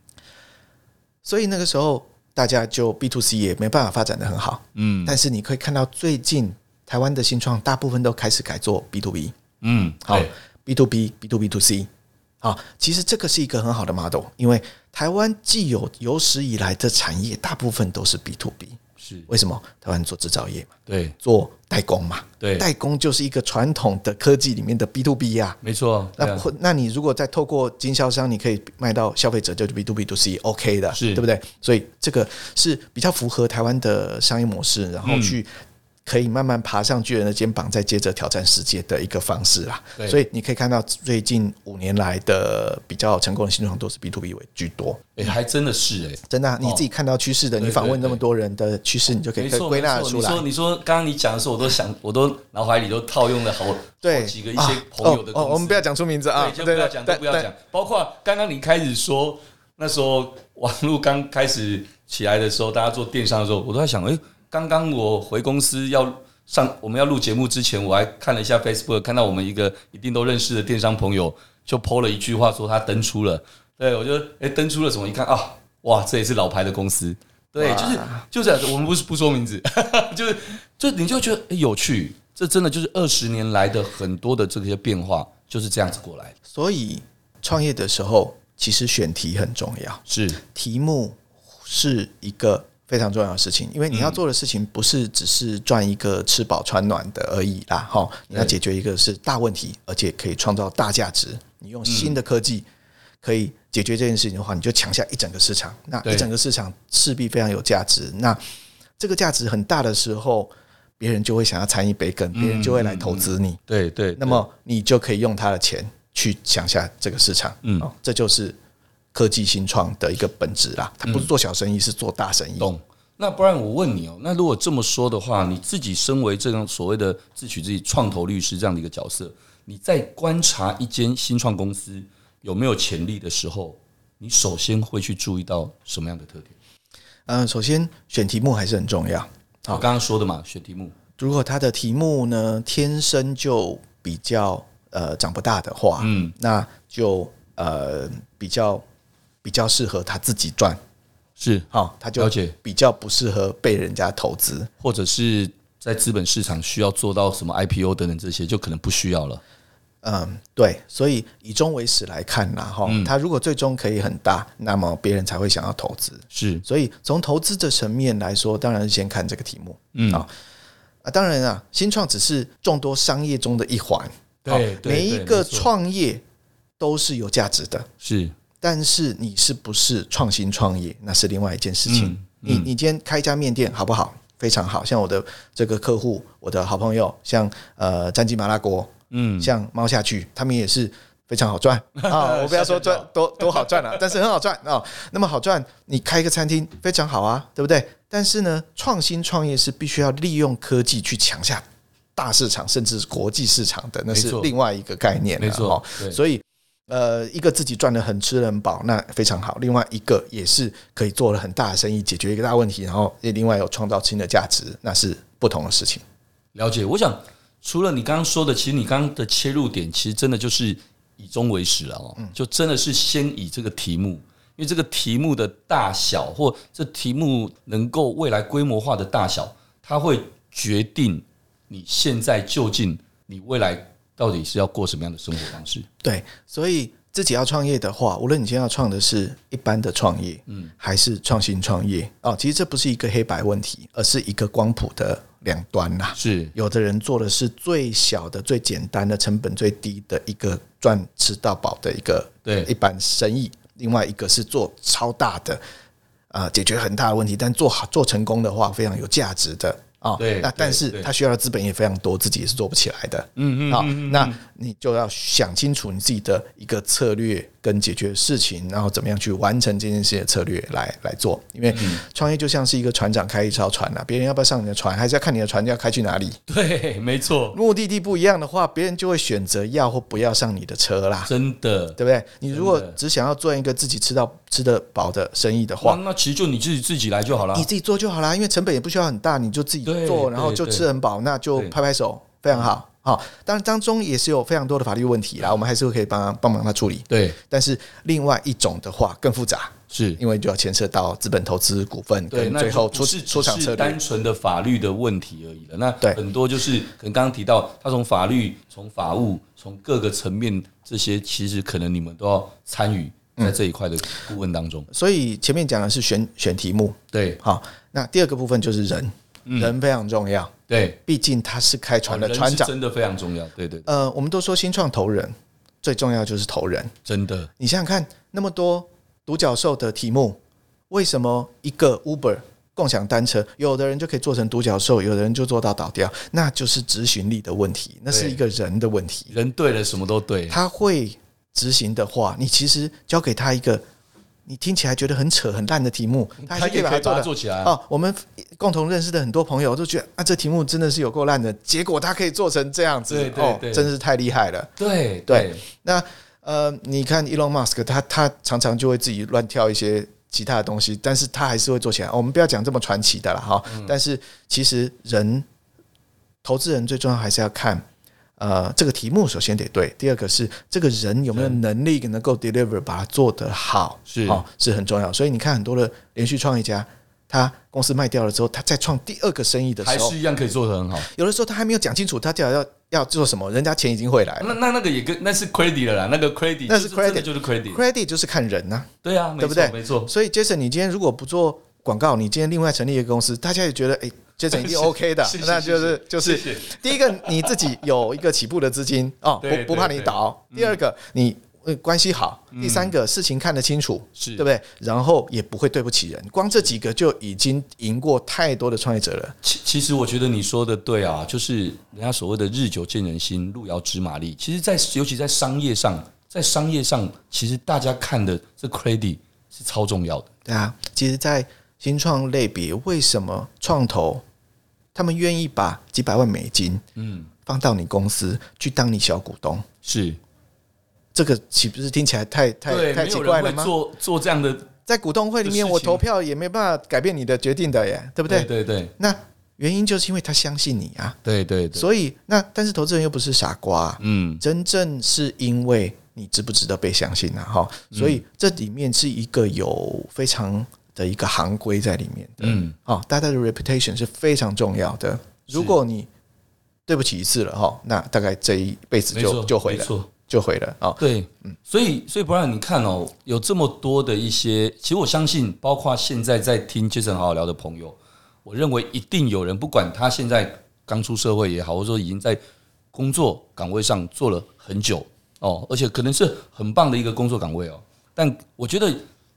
[SPEAKER 3] 所以那个时候大家就 B to C 也没办法发展的很好，
[SPEAKER 2] 嗯
[SPEAKER 3] 但是你可以看到最近台湾的新创大部分都开始改做 B to B，
[SPEAKER 2] 嗯，
[SPEAKER 3] 好
[SPEAKER 2] 对
[SPEAKER 3] ，B to B、B to B to C，好，其实这个是一个很好的 model，因为台湾既有有史以来的产业大部分都是 B to B，
[SPEAKER 2] 是
[SPEAKER 3] 为什么？台湾做制造业嘛，
[SPEAKER 2] 对
[SPEAKER 3] 做代工嘛，
[SPEAKER 2] 对，
[SPEAKER 3] 代工就是一个传统的科技里面的 B to B 呀、
[SPEAKER 2] 没错，对
[SPEAKER 3] 那
[SPEAKER 2] 啊
[SPEAKER 3] 或那你如果再透过经销商，你可以卖到消费者，就是 B to B to C，OK、的，
[SPEAKER 2] 是
[SPEAKER 3] 对不对？所以这个是比较符合台湾的商业模式，然后
[SPEAKER 2] 嗯
[SPEAKER 3] 去可以慢慢爬上巨人的肩膀，再接着挑战世界的一个方式啦
[SPEAKER 2] 对。
[SPEAKER 3] 所以你可以看到最近五年来的比较成功的新创都是 B to B 为居多，
[SPEAKER 2] 哎、还真的是哎、
[SPEAKER 3] 真的啊、你自己看到趋势的，
[SPEAKER 2] 对
[SPEAKER 3] 你访问
[SPEAKER 2] 对
[SPEAKER 3] 那么多人的趋势，你就可以
[SPEAKER 2] 没
[SPEAKER 3] 可以
[SPEAKER 2] 错，
[SPEAKER 3] 归纳
[SPEAKER 2] 没错
[SPEAKER 3] 得出
[SPEAKER 2] 你
[SPEAKER 3] 来
[SPEAKER 2] 说，。你说，刚刚你讲的时候，我都想，我都脑海里都套用了好
[SPEAKER 3] 对
[SPEAKER 2] 好几个一
[SPEAKER 3] 啊
[SPEAKER 2] 些朋友的
[SPEAKER 3] 哦哦，
[SPEAKER 2] 公
[SPEAKER 3] 我们
[SPEAKER 2] 司
[SPEAKER 3] 不要讲出名字啊，
[SPEAKER 2] 对，就不要讲，都
[SPEAKER 3] 对
[SPEAKER 2] 不要。
[SPEAKER 3] 对
[SPEAKER 2] 讲。包括刚刚你开始说，那时候网络刚开始起来的时候，大家做电商的时候，我都在想，哎、刚刚我回公司要上，我们要录节目之前，我还看了一下 Facebook，看到我们一个一定都认识的电商朋友，就 PO 了一句话说他登出了，对我就哎、登出了什么？一看啊，哇，这也是老牌的公司。对，就是就这样子，我们不是不说名字， 就是就你就觉得、哎有趣，这真的就是二十年来的很多的这些变化就是这样子过来的。
[SPEAKER 3] 所以创业的时候，其实选题很重要，
[SPEAKER 2] 是
[SPEAKER 3] 题目是一个非常重要的事情，因为你要做的事情不是只是赚一个吃饱穿暖的而已啦，哈，你要解决一个是大问题，而且可以创造大价值。你用新的科技可以解决这件事情的话，你就抢下一整个市场，那
[SPEAKER 2] 对
[SPEAKER 3] 一整个市场势必非常有价值。那这个价值很大的时候，别人就会想要参与杯羹，别人就会来投资你。
[SPEAKER 2] 对对，
[SPEAKER 3] 那么你就可以用他的钱去想下这个市场，
[SPEAKER 2] 嗯
[SPEAKER 3] 嗯、哦，这就是科技新创的一个本质啦。它不是做小生意，是做大生意。
[SPEAKER 2] 嗯懂。那不然我问你哦，那如果这么说的话，你自己身为这样所谓的自诩自己创投律师这样的一个角色，你在观察一间新创公司有没有潜力的时候，你首先会去注意到什么样的特点？
[SPEAKER 3] 嗯、首先选题目还是很重要。
[SPEAKER 2] 我刚刚说的嘛，选题目
[SPEAKER 3] 如果它的题目呢天生就比较呃长不大的话，
[SPEAKER 2] 嗯
[SPEAKER 3] 嗯，那就呃比较比较适合他自己赚，
[SPEAKER 2] 是，
[SPEAKER 3] 好、哦，他就
[SPEAKER 2] 了解
[SPEAKER 3] 比较不适合被人家投资。
[SPEAKER 2] 或者是在资本市场需要做到什么 IPO 等等这些，就可能不需要了。
[SPEAKER 3] 嗯，对，所以以终为始来看啦，哈、
[SPEAKER 2] 嗯
[SPEAKER 3] 它如果最终可以很大，那么别人才会想要投资。
[SPEAKER 2] 是
[SPEAKER 3] 所以从投资的层面来说，当然是先看这个题目，嗯啊、啊，当然啊，新创只是众多商业中的一环，
[SPEAKER 2] 对
[SPEAKER 3] 好
[SPEAKER 2] 对
[SPEAKER 3] 每
[SPEAKER 2] 对
[SPEAKER 3] 一
[SPEAKER 2] 没
[SPEAKER 3] 个
[SPEAKER 2] 错
[SPEAKER 3] 创业都是有价值的，
[SPEAKER 2] 是，
[SPEAKER 3] 但是你是不是创新创业，那是另外一件事情。
[SPEAKER 2] 嗯
[SPEAKER 3] 你你今天开一家面店好不好？非常好，像我的这个客户，我的好朋友，像呃战记麻辣锅，嗯，像猫下去，他们也是非常好赚 啊、我不要说
[SPEAKER 2] 哦
[SPEAKER 3] 赚多多好赚了、但是很好赚啊、那么好赚，你开一个餐厅非常好啊，对不对？但是呢，创新创业是必须要利用科技去抢下大市场，甚至是国际市场的，那
[SPEAKER 2] 没
[SPEAKER 3] 是
[SPEAKER 2] 错
[SPEAKER 3] 另外一个概念了
[SPEAKER 2] 没错
[SPEAKER 3] 哦
[SPEAKER 2] 对
[SPEAKER 3] 所以呃，一个自己赚的很吃得很饱，那非常好；另外一个也是可以做了很大的生意，解决一个大问题，然后也另外有创造新的价值，那是不同的事情。
[SPEAKER 2] 了解，我想除了你刚刚说的，其实你刚刚的切入点，其实真的就是以终为始了
[SPEAKER 3] 嗯
[SPEAKER 2] 哦，就真的是先以这个题目，因为这个题目的大小或这题目能够未来规模化的大小，它会决定你现在究竟你未来到底是要过什么样的生活方式。
[SPEAKER 3] 对，所以自己要创业的话，无论你今天要创的是一般的创业，嗯，还是创新创业哦，其实这不是一个黑白问题，而是一个光谱的两端啦。
[SPEAKER 2] 是
[SPEAKER 3] 有的人做的是最小的、最简单的、成本最低的一个赚吃到饱的一个
[SPEAKER 2] 对
[SPEAKER 3] 一般生意，另外一个是做超大的，呃，解决很大的问题，但做好做成功的话非常有价值的啊、
[SPEAKER 2] 对
[SPEAKER 3] 那
[SPEAKER 2] 对
[SPEAKER 3] 但
[SPEAKER 2] 对
[SPEAKER 3] 是他需要的资本也非常多，自己也是做不起来的。嗯嗯啊、那你就要想清楚你自己的一个策略跟解决事情，然后怎么样去完成这件事情的策略来来做。因为创业就像是一个船长开一艘船啊，别人要不要上你的船，还是要看你的船要开去哪里。
[SPEAKER 2] 对，没错，
[SPEAKER 3] 目的地不一样的话，别人就会选择要或不要上你的车啦，
[SPEAKER 2] 真的。
[SPEAKER 3] 对不对？你如果
[SPEAKER 2] 真的
[SPEAKER 3] 只想要做一个自己吃到吃得饱的生意的
[SPEAKER 2] 哇，
[SPEAKER 3] 话，
[SPEAKER 2] 那其实就你自己自己来就好了
[SPEAKER 3] 你。自己做就好啦，因为成本也不需要很大，你就自己
[SPEAKER 2] 对
[SPEAKER 3] 做，然后
[SPEAKER 2] 对
[SPEAKER 3] 就
[SPEAKER 2] 对
[SPEAKER 3] 吃很饱，那就
[SPEAKER 2] 对
[SPEAKER 3] 拍拍手，非常好。好，当然当中也是有非常多的法律问题啦，
[SPEAKER 2] 嗯
[SPEAKER 3] 我们还是可以帮他帮忙他处理。
[SPEAKER 2] 对，
[SPEAKER 3] 但是另外一种的话更复杂，
[SPEAKER 2] 是
[SPEAKER 3] 因为就要牵涉到资本投资、股份
[SPEAKER 2] 对，
[SPEAKER 3] 跟
[SPEAKER 2] 那
[SPEAKER 3] 最后
[SPEAKER 2] 就
[SPEAKER 3] 出
[SPEAKER 2] 不是
[SPEAKER 3] 出场
[SPEAKER 2] 只
[SPEAKER 3] 策
[SPEAKER 2] 是
[SPEAKER 3] 略
[SPEAKER 2] 单。纯的法律的问题而已了。那
[SPEAKER 3] 对
[SPEAKER 2] 很多就是可能刚刚提到，他从法律、从法务、从各个层面这些，其实可能你们都要参与，
[SPEAKER 3] 嗯
[SPEAKER 2] 在这一块的顾问当中。
[SPEAKER 3] 所以前面讲的是选选题目，
[SPEAKER 2] 对
[SPEAKER 3] 好，那第二个部分就是人，人非常重要，
[SPEAKER 2] 对，哦
[SPEAKER 3] 毕竟他是开船的
[SPEAKER 2] 嗯人
[SPEAKER 3] 船
[SPEAKER 2] 是
[SPEAKER 3] 长。
[SPEAKER 2] 真的非常重要，对对，对
[SPEAKER 3] 呃，我们都说新创投人，最重要就是投人。
[SPEAKER 2] 真的
[SPEAKER 3] 你想想看，那么多独角兽的题目，为什么一个 Uber 共享单车，有的人就可以做成独角兽，有的人就做到倒掉？那就是执行力的问题，那是一个人的问题。
[SPEAKER 2] 人对了，什么都对，
[SPEAKER 3] 他会执行的话，你其实交给他一个。你听起来觉得很扯很烂的题目，他还
[SPEAKER 2] 嗯他
[SPEAKER 3] 是可以
[SPEAKER 2] 也
[SPEAKER 3] 把
[SPEAKER 2] 可
[SPEAKER 3] 它
[SPEAKER 2] 以
[SPEAKER 3] 做
[SPEAKER 2] 把它
[SPEAKER 3] 的
[SPEAKER 2] 做起来啊。
[SPEAKER 3] 哦，我们共同认识的很多朋友都觉得啊，这题目真的是有够烂的，结果他可以做成这样子，
[SPEAKER 2] 对对对
[SPEAKER 3] 哦，真是太厉害了。
[SPEAKER 2] 对
[SPEAKER 3] 对，那呃，你看 Elon Musk，他他常常就会自己乱跳一些其他的东西，但是他还是会做起来。哦我们不要讲这么传奇的了哈，
[SPEAKER 2] 嗯
[SPEAKER 3] 但是其实人投资人最重要还是要看。呃，这个题目首先得对，第二个是这个人有没有能力能够 deliver 把它做得好，
[SPEAKER 2] 是
[SPEAKER 3] 哦是很重要。所以你看很多的连续创业家，他公司卖掉了之后，他再创第二个生意的
[SPEAKER 2] 还
[SPEAKER 3] 时候
[SPEAKER 2] 是，一样可以做得很好。
[SPEAKER 3] 有的时候他还没有讲清楚他到底要要做什么，人家钱已经汇来了。
[SPEAKER 2] 那那那个也跟那是 credit 了啦，那个 credit
[SPEAKER 3] 哎那
[SPEAKER 2] 就
[SPEAKER 3] 是
[SPEAKER 2] 是真
[SPEAKER 3] credit
[SPEAKER 2] 的就是 credit，
[SPEAKER 3] Credit 就是看人呐、
[SPEAKER 2] 对啊，没错
[SPEAKER 3] 对不对
[SPEAKER 2] 没错，
[SPEAKER 3] 所以 Jason，你今天如果不做广告，你今天另外成立一个公司，大家也觉得哎、j a s o n 一定 OK 的
[SPEAKER 2] 是是，
[SPEAKER 3] 那就是就是是第一个你自己有一个起步的资金哦，
[SPEAKER 2] 对
[SPEAKER 3] 不不怕
[SPEAKER 2] 对
[SPEAKER 3] 你
[SPEAKER 2] 对
[SPEAKER 3] 倒；第二个你。呃，关系好。第三个，事情看得清楚，
[SPEAKER 2] 是
[SPEAKER 3] 对不对？然后也不会对不起人，光这几个就已经赢过太多的创业者了。
[SPEAKER 2] 其其实我觉得你说的对啊，就是人家所谓的日久见人心，路遥知马力。其实在，尤其在商业上，在商业上，其实大家看的这 credit 是超重要的。
[SPEAKER 3] 对啊，其实，在新创类别，为什么创投他们愿意把几百万美金，嗯，放到你公司去当你小股东？
[SPEAKER 2] 是，
[SPEAKER 3] 这个岂不是听起来太太
[SPEAKER 2] 对，
[SPEAKER 3] 太
[SPEAKER 2] 没
[SPEAKER 3] 奇
[SPEAKER 2] 有
[SPEAKER 3] 怪
[SPEAKER 2] 人
[SPEAKER 3] 了
[SPEAKER 2] 会
[SPEAKER 3] 吗？
[SPEAKER 2] 做做这样的，
[SPEAKER 3] 在股东会里面，
[SPEAKER 2] 的事情
[SPEAKER 3] 我投票也没办法改变你的决定的耶，对不对？
[SPEAKER 2] 对对对
[SPEAKER 3] 那原因就是因为他相信你啊，
[SPEAKER 2] 对对对，
[SPEAKER 3] 所以那但是投资人又不是傻瓜啊、
[SPEAKER 2] 嗯，
[SPEAKER 3] 真正是因为你值不值得被相信啊，哈，
[SPEAKER 2] 嗯
[SPEAKER 3] 所以这里面是一个有非常的一个行规在里面的，
[SPEAKER 2] 嗯，
[SPEAKER 3] 哦，大家的 reputation 是非常重要的。如果你对不起一次了哈，那大概这一辈子
[SPEAKER 2] 没
[SPEAKER 3] 就
[SPEAKER 2] 错，
[SPEAKER 3] 就毁
[SPEAKER 2] 没
[SPEAKER 3] 了，
[SPEAKER 2] 错，
[SPEAKER 3] 就毁了啊、哦
[SPEAKER 2] 对，所以所以不然你看哦，有这么多的一些，其实我相信，包括现在在听杰森好好聊的朋友，我认为一定有人，不管他现在刚出社会也好，或者说已经在工作岗位上做了很久哦，而且可能是很棒的一个工作岗位哦，但我觉得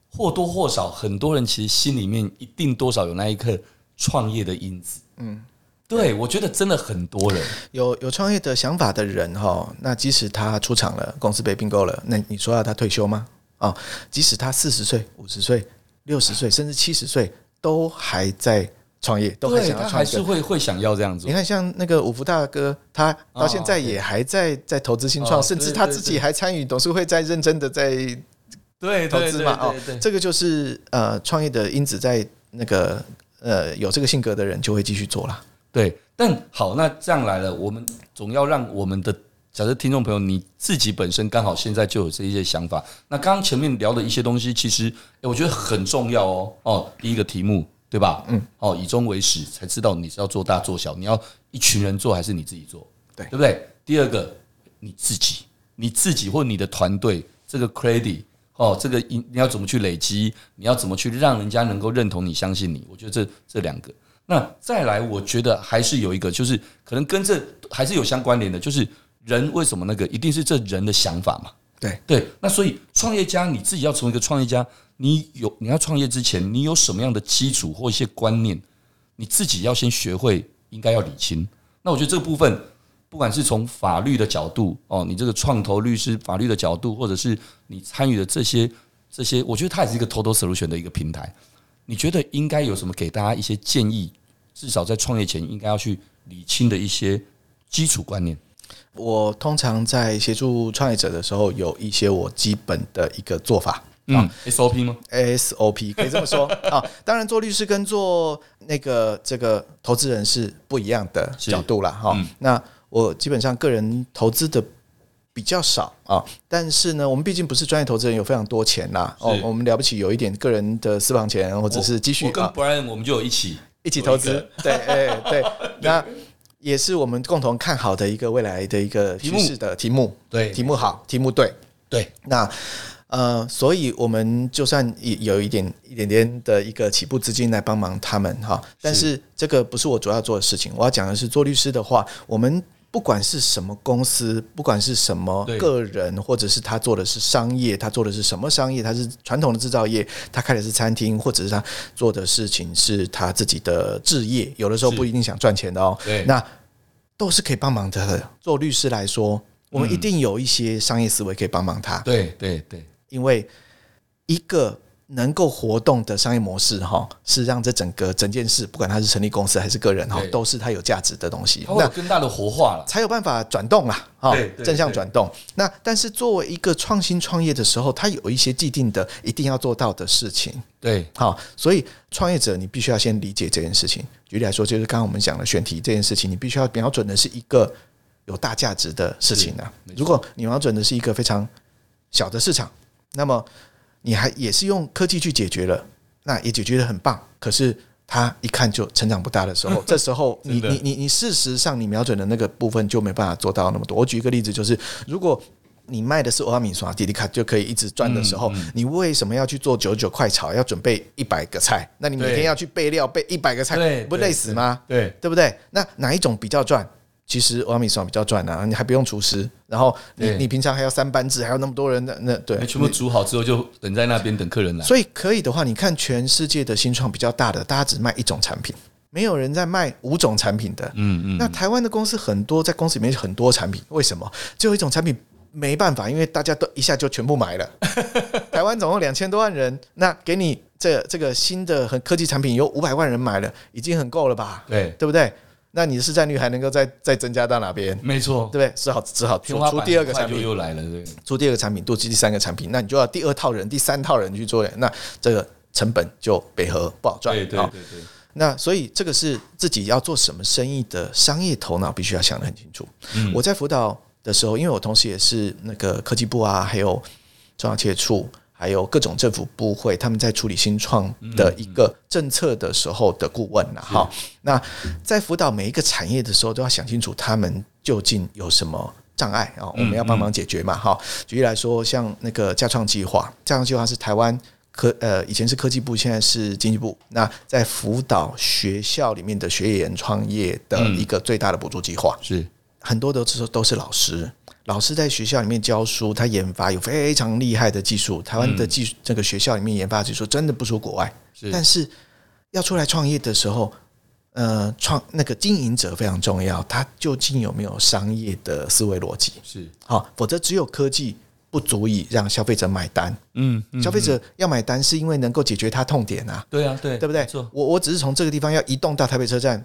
[SPEAKER 2] 或多或少，很多人其实心里面一定多少有那一刻创业的因子，嗯。对，我觉得真的很多人，
[SPEAKER 3] 有有创业的想法的人哈，那即使他出场了，公司被并购了，那你说要他退休吗？啊、即使他四十岁、五十岁、六十岁，甚至七十岁，都还在创业，都还
[SPEAKER 2] 对
[SPEAKER 3] 想
[SPEAKER 2] 他
[SPEAKER 3] 要
[SPEAKER 2] 还
[SPEAKER 3] 创
[SPEAKER 2] 是
[SPEAKER 3] 业。
[SPEAKER 2] 会会想要这样做
[SPEAKER 3] 你。看，像那个五福大哥，他到现在也还在在投资新创，
[SPEAKER 2] 哦
[SPEAKER 3] 甚至
[SPEAKER 2] 对
[SPEAKER 3] 他
[SPEAKER 2] 对
[SPEAKER 3] 自
[SPEAKER 2] 对
[SPEAKER 3] 己还参与董事会，在认真的在
[SPEAKER 2] 对，
[SPEAKER 3] 投
[SPEAKER 2] 对
[SPEAKER 3] 资嘛。哦
[SPEAKER 2] 对对对，
[SPEAKER 3] 这个就是呃，创业的因子在那个呃有这个性格的人就会继续做啦。
[SPEAKER 2] 对，但好，那这样来了，我们总要让我们的假设听众朋友你自己本身刚好现在就有这一些想法。那刚刚前面聊的一些东西，其实、诶我觉得很重要哦。哦，第一个题目对吧？嗯，哦，以终为始，才知道你是要做大做小，你要一群人做还是你自己做？
[SPEAKER 3] 对
[SPEAKER 2] 对不对？第二个，你自己，你自己或你的团队这个 credit。哦，这个你你要怎么去累积？你要怎么去让人家能够认同你、相信你？我觉得这这两个，那再来，我觉得还是有一个，就是可能跟这还是有相关联的，就是人为什么那个一定是这人的想法嘛？
[SPEAKER 3] 对
[SPEAKER 2] 对，那所以创业家你自己要成为一个创业家，你有你要创业之前，你有什么样的基础或一些观念，你自己要先学会，应该要理清。那我觉得这个部分，不管是从法律的角度哦，你这个创投律师法律的角度，或者是你参与的这些这些，我觉得它也是一个 total solution 的一个平台。你觉得应该有什么给大家一些建议？至少在创业前应该要去理清的一些基础观念。
[SPEAKER 3] 我通常在协助创业者的时候，有一些我基本的一个做法。
[SPEAKER 2] 嗯，SOP 吗？
[SPEAKER 3] SOP 可以这 么说啊，当然做律师跟做那个这个投资人是不一样的
[SPEAKER 2] 是
[SPEAKER 3] 角度啦。哈、
[SPEAKER 2] 嗯
[SPEAKER 3] 那我基本上个人投资的比较少啊，但是呢，我们毕竟不是专业投资人，有非常多钱啦。哦
[SPEAKER 2] 是，
[SPEAKER 3] 我们了不起有一点个人的私房钱或者是积蓄
[SPEAKER 2] 我跟
[SPEAKER 3] 啊，
[SPEAKER 2] Brian 我们就有一起
[SPEAKER 3] 一起投
[SPEAKER 2] 有一
[SPEAKER 3] 资
[SPEAKER 2] 个。
[SPEAKER 3] 对，哎、对， 那也是我们共同看好的一个未来的一个
[SPEAKER 2] 题
[SPEAKER 3] 趋
[SPEAKER 2] 目
[SPEAKER 3] 势的题目。
[SPEAKER 2] 对
[SPEAKER 3] 题目好，题目对。
[SPEAKER 2] 对
[SPEAKER 3] 那呃，所以我们就算有有一点一点点的一个起步资金来帮忙他们哈，但是这个不是我主要做的事情。我要讲的是，做律师的话，我们不管是什么公司，不管是什么
[SPEAKER 2] 对
[SPEAKER 3] 个人，或者是他做的是商业，他做的是什么商业，他是传统的制造业，他开的是餐厅，或者是他做的事情是他自己的置业，有的时候
[SPEAKER 2] 是
[SPEAKER 3] 不一定想赚钱的哦。
[SPEAKER 2] 对
[SPEAKER 3] 那都是可以帮忙的。做律师来说，我们一定有一些商业思维可以帮忙他。
[SPEAKER 2] 对对对，
[SPEAKER 3] 因为一个能够活动的商业模式，哈，是让这整个整件事，不管它是成立公司还是个人，哈
[SPEAKER 2] 对，
[SPEAKER 3] 都是它有价值的东西。
[SPEAKER 2] 它会有
[SPEAKER 3] 那
[SPEAKER 2] 更大的活化了。
[SPEAKER 3] 才有办法转动啦，哈
[SPEAKER 2] 对，对
[SPEAKER 3] 正向转动。那但是作为一个创新创业的时候，它有一些既定的一定要做到的事情，
[SPEAKER 2] 对，
[SPEAKER 3] 好，所以创业者你必须要先理解这件事情。举例来说，就是刚刚我们讲的选题这件事情，你必须要瞄准的是一个有大价值的事情啊
[SPEAKER 2] 没。错
[SPEAKER 3] 如果你瞄准的是一个非常小的市场，那么你还也是用科技去解决了，那也解决的很棒，可是。它一看就成长不大的 时候，这时候你
[SPEAKER 2] 真的
[SPEAKER 3] 你你你事实上你瞄准的那个部分就没办法做到那么多。我举一个例子，就是如果你卖的是欧阿米刷迪迪卡就可以一直赚的时
[SPEAKER 2] 嗯
[SPEAKER 3] 候，你为什么要去做九九快炒？要准备一百个菜，那你每
[SPEAKER 2] 对
[SPEAKER 3] 天要去备料备一百个菜
[SPEAKER 2] 对，
[SPEAKER 3] 不
[SPEAKER 2] 对
[SPEAKER 3] 累死吗？
[SPEAKER 2] 对，
[SPEAKER 3] 对不对？那哪一种比较赚？其实欧阿米爽比较赚啊，你还不用厨师，然后你
[SPEAKER 2] 对
[SPEAKER 3] 你平常还要三班制，还有那么多人，那那对
[SPEAKER 2] 那，全部煮好之后就等在那边等客人来。
[SPEAKER 3] 所以可以的话，你看全世界的新创比较大的，大家只卖一种产品，没有人在卖五种产品的。
[SPEAKER 2] 嗯嗯，
[SPEAKER 3] 那台湾的公司很多，在公司里面有很多产品，为什么只有一种产品？没办法，因为大家都一下就全部买了。 台湾总共两千多万人，那给你这这个新的很科技产品有五百万人买了，已经很够了吧？
[SPEAKER 2] 对，
[SPEAKER 3] 对不对？那你的市占率还能够再再增加到哪边？
[SPEAKER 2] 没错
[SPEAKER 3] 对，不对？只好只好
[SPEAKER 2] 天
[SPEAKER 3] 出
[SPEAKER 2] 花
[SPEAKER 3] 出
[SPEAKER 2] 板
[SPEAKER 3] 第二个
[SPEAKER 2] 很快
[SPEAKER 3] 产
[SPEAKER 2] 就
[SPEAKER 3] 品，
[SPEAKER 2] 又来了，对，
[SPEAKER 3] 出第二个产品，做第三个产品，那你就要第二套人、第三套人去做，那这个成本就北河不好赚
[SPEAKER 2] 对对
[SPEAKER 3] 啊
[SPEAKER 2] 对对，
[SPEAKER 3] 那所以这个是自己要做什么生意的商业头脑必须要想得很清楚。
[SPEAKER 2] 嗯
[SPEAKER 3] 我在辅导的时候，因为我同时也是那个科技部啊，还有中央企业处，还有各种政府部会，他们在处理新创的一个政策的时候的顾问
[SPEAKER 2] 嗯
[SPEAKER 3] 啊。哈、那在辅导每一个产业的时候，都要想清楚他们究竟有什么。障碍啊，我们
[SPEAKER 2] 嗯
[SPEAKER 3] 要帮忙解决嘛，哈、举例来说，像那个架创计划，架创计划是台湾科呃以前是科技部，现在是经济部。那在辅导学校里面的学员创业的一个最大的补助计划，
[SPEAKER 2] 是
[SPEAKER 3] 很多都是都是老师，老师在学校里面教书，他研发有非常厉害的技术。台湾的技术这个学校里面研发的技术真的不输国外，
[SPEAKER 2] 是，
[SPEAKER 3] 但是要出来创业的时候，呃，创那个经营者非常重要，他究竟有没有商业的思维逻辑？
[SPEAKER 2] 是，
[SPEAKER 3] 好，否则只有科技不足以让消费者买单。
[SPEAKER 2] 嗯，嗯
[SPEAKER 3] 消费者要买单是因为能够解决他痛点啊，
[SPEAKER 2] 对啊，对，
[SPEAKER 3] 对不对
[SPEAKER 2] 没错？，
[SPEAKER 3] 我我只是从这个地方要移动到台北车站，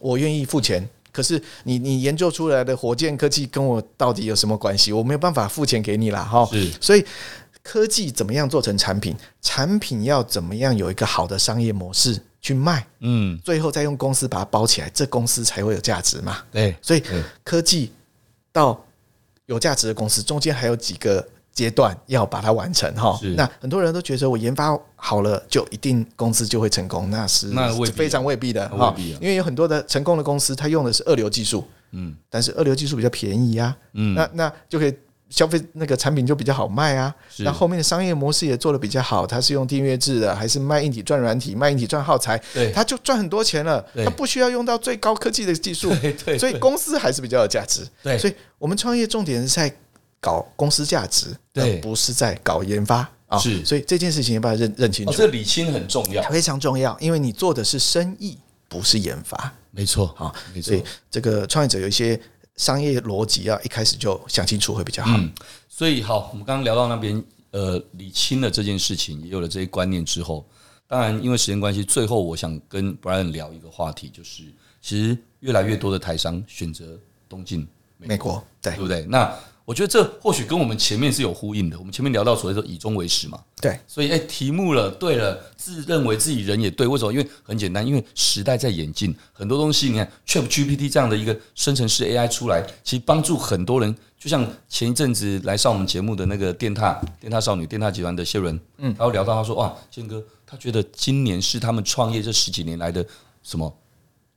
[SPEAKER 3] 我愿意付钱。可是你你研究出来的火箭科技跟我到底有什么关系？我没有办法付钱给你啦，哈。
[SPEAKER 2] 是
[SPEAKER 3] 所以科技怎么样做成产品？产品要怎么样有一个好的商业模式去卖？
[SPEAKER 2] 嗯，
[SPEAKER 3] 最后再用公司把它包起来，这公司才会有价值嘛。
[SPEAKER 2] 对，
[SPEAKER 3] 所以
[SPEAKER 2] 对
[SPEAKER 3] 科技到有价值的公司中间还有几个阶段要把它完成哈
[SPEAKER 2] 是。
[SPEAKER 3] 那很多人都觉得我研发好了就一定公司就会成功，那是
[SPEAKER 2] 那未必啊
[SPEAKER 3] 非常未必的
[SPEAKER 2] 那
[SPEAKER 3] 哈
[SPEAKER 2] 未必啊。
[SPEAKER 3] 因为有很多的成功的公司，它用的是二流技术，
[SPEAKER 2] 嗯
[SPEAKER 3] 但是二流技术比较便宜啊，
[SPEAKER 2] 嗯，
[SPEAKER 3] 那那就可以。消费那个产品就比较好卖啊，
[SPEAKER 2] 是
[SPEAKER 3] 那后面的商业模式也做得比较好，它是用订阅制的，还是卖硬体赚软体，卖硬体赚耗材，
[SPEAKER 2] 对，
[SPEAKER 3] 它就赚很多钱了，
[SPEAKER 2] 对
[SPEAKER 3] 它不需要用到最高科技的技术，
[SPEAKER 2] 对对，
[SPEAKER 3] 所以公司还是比较有价值。
[SPEAKER 2] 对
[SPEAKER 3] 所以我们创业重点是在搞公司价值，
[SPEAKER 2] 对
[SPEAKER 3] 而不是在搞研发啊。
[SPEAKER 2] 是
[SPEAKER 3] 所以这件事情要把它认认清
[SPEAKER 2] 哦，
[SPEAKER 3] 楚，
[SPEAKER 2] 这理清很重要，
[SPEAKER 3] 非常重要，因为你做的是生意，不是研发。
[SPEAKER 2] 没错，
[SPEAKER 3] 好，
[SPEAKER 2] 没
[SPEAKER 3] 所
[SPEAKER 2] 错
[SPEAKER 3] 以。这个创业者有一些商业逻辑要一开始就想清楚会比较好。
[SPEAKER 2] 嗯，所以好，我们刚刚聊到那边，呃，理清了这件事情，也有了这些观念之后，当然因为时间关系，最后我想跟 Brian 聊一个话题，就是其实越来越多的台商选择东进美
[SPEAKER 3] 美国对
[SPEAKER 2] 对不对？那我觉得这或许跟我们前面是有呼应的，我们前面聊到所谓的以终为始嘛，
[SPEAKER 3] 对
[SPEAKER 2] 所以哎、题目了，对了，自认为自己人也对，为什么？因为很简单，因为时代在演进，很多东西你看 Chat GPT 这样的一个生成式 AI 出来，其实帮助很多人，就像前一阵子来上我们节目的那个电踏电踏少女电踏集团的谢伦，嗯，他有聊到他说哇，宪哥，他觉得今年是他们创业这十几年来的什么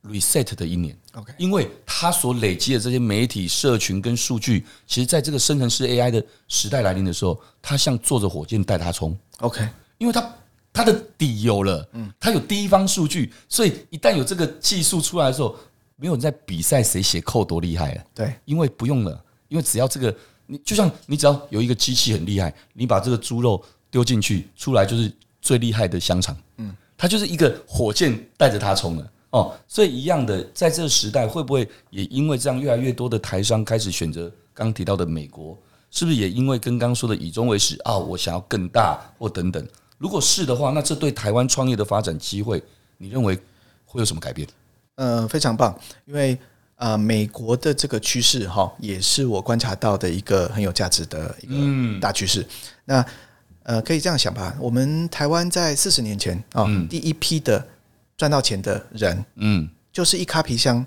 [SPEAKER 2] reset 的一年。
[SPEAKER 3] OK
[SPEAKER 2] 因为它所累积的这些媒体、社群跟数据，其实在这个生成式 AI 的时代来临的时候，它像坐着火箭带它冲，
[SPEAKER 3] OK，
[SPEAKER 2] 因为它它的底有了，它有第一方数据，所以一旦有这个技术出来的时候，没有人在比赛谁写扣多厉害了。
[SPEAKER 3] 对，
[SPEAKER 2] 因为不用了，因为只要这个，你就像你只要有一个机器很厉害，你把这个猪肉丢进去，出来就是最厉害的香肠。嗯，它就是一个火箭带着它冲了。哦，所以一样的，在这个时代，会不会也因为这样，越来越多的台商开始选择刚提到的美国？是不是也因为跟刚说的以终为始啊，我想要更大或等等？如果是的话，那这对台湾创业的发展机会，你认为会有什么改变？
[SPEAKER 3] 呃，非常棒，因为啊、呃美国的这个趋势哈，也是我观察到的一个很有价值的一
[SPEAKER 2] 嗯
[SPEAKER 3] 个大趋势。那呃，可以这样想吧，我们台湾在四十年前啊、第一批的赚到钱的人，
[SPEAKER 2] 嗯，
[SPEAKER 3] 就是一卡皮箱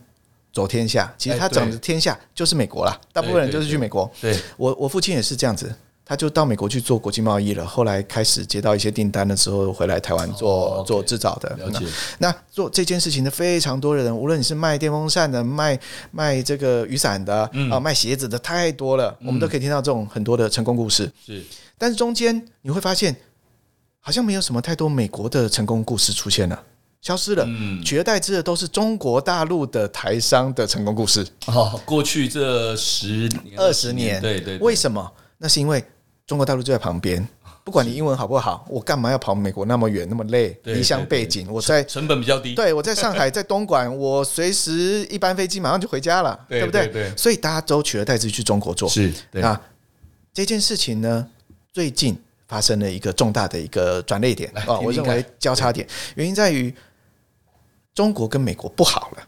[SPEAKER 3] 走天下。其实
[SPEAKER 2] 哎
[SPEAKER 3] 他
[SPEAKER 2] 对
[SPEAKER 3] 走的天下就是美国啦，大部分人就是去美国。
[SPEAKER 2] 对，
[SPEAKER 3] 我我父亲也是这样子，他就到美国去做国际贸易了，后来开始接到一些订单的时候，回来台湾做、
[SPEAKER 2] 哦，OK
[SPEAKER 3] 做制造的。
[SPEAKER 2] 了解。
[SPEAKER 3] 那做这件事情的非常多的人，无论你是卖电风扇的、卖卖这个雨伞的啊、
[SPEAKER 2] 嗯
[SPEAKER 3] 卖鞋子的，太多了，我们都可以听到这种很多的成功故事。
[SPEAKER 2] 是，
[SPEAKER 3] 但是中间你会发现，好像没有什么太多美国的成功故事出现了，消失
[SPEAKER 2] 嗯
[SPEAKER 3] 了，取而代之的都是中国大陆的台商的成功故事。
[SPEAKER 2] 哦，过去这十年
[SPEAKER 3] 二十年，
[SPEAKER 2] 嗯对对，对
[SPEAKER 3] 为什么？那是因为中国大陆就在旁边，不管你英文好不好，我干嘛要跑美国那么远那么累？
[SPEAKER 2] 对
[SPEAKER 3] 离乡背景，我在
[SPEAKER 2] 成本比较低，
[SPEAKER 3] 对我在上海，在东莞，我随时一班飞机马上就回家了，
[SPEAKER 2] 对
[SPEAKER 3] 不对？
[SPEAKER 2] 对对
[SPEAKER 3] 所以大家都取而代之去中国做。
[SPEAKER 2] 是，对，
[SPEAKER 3] 那这件事情呢，最近发生了一个重大的一个转捩点
[SPEAKER 2] 来
[SPEAKER 3] 啊、
[SPEAKER 2] 听听
[SPEAKER 3] 我认
[SPEAKER 2] 看
[SPEAKER 3] 为交叉点，原因在于中国跟美国不好了，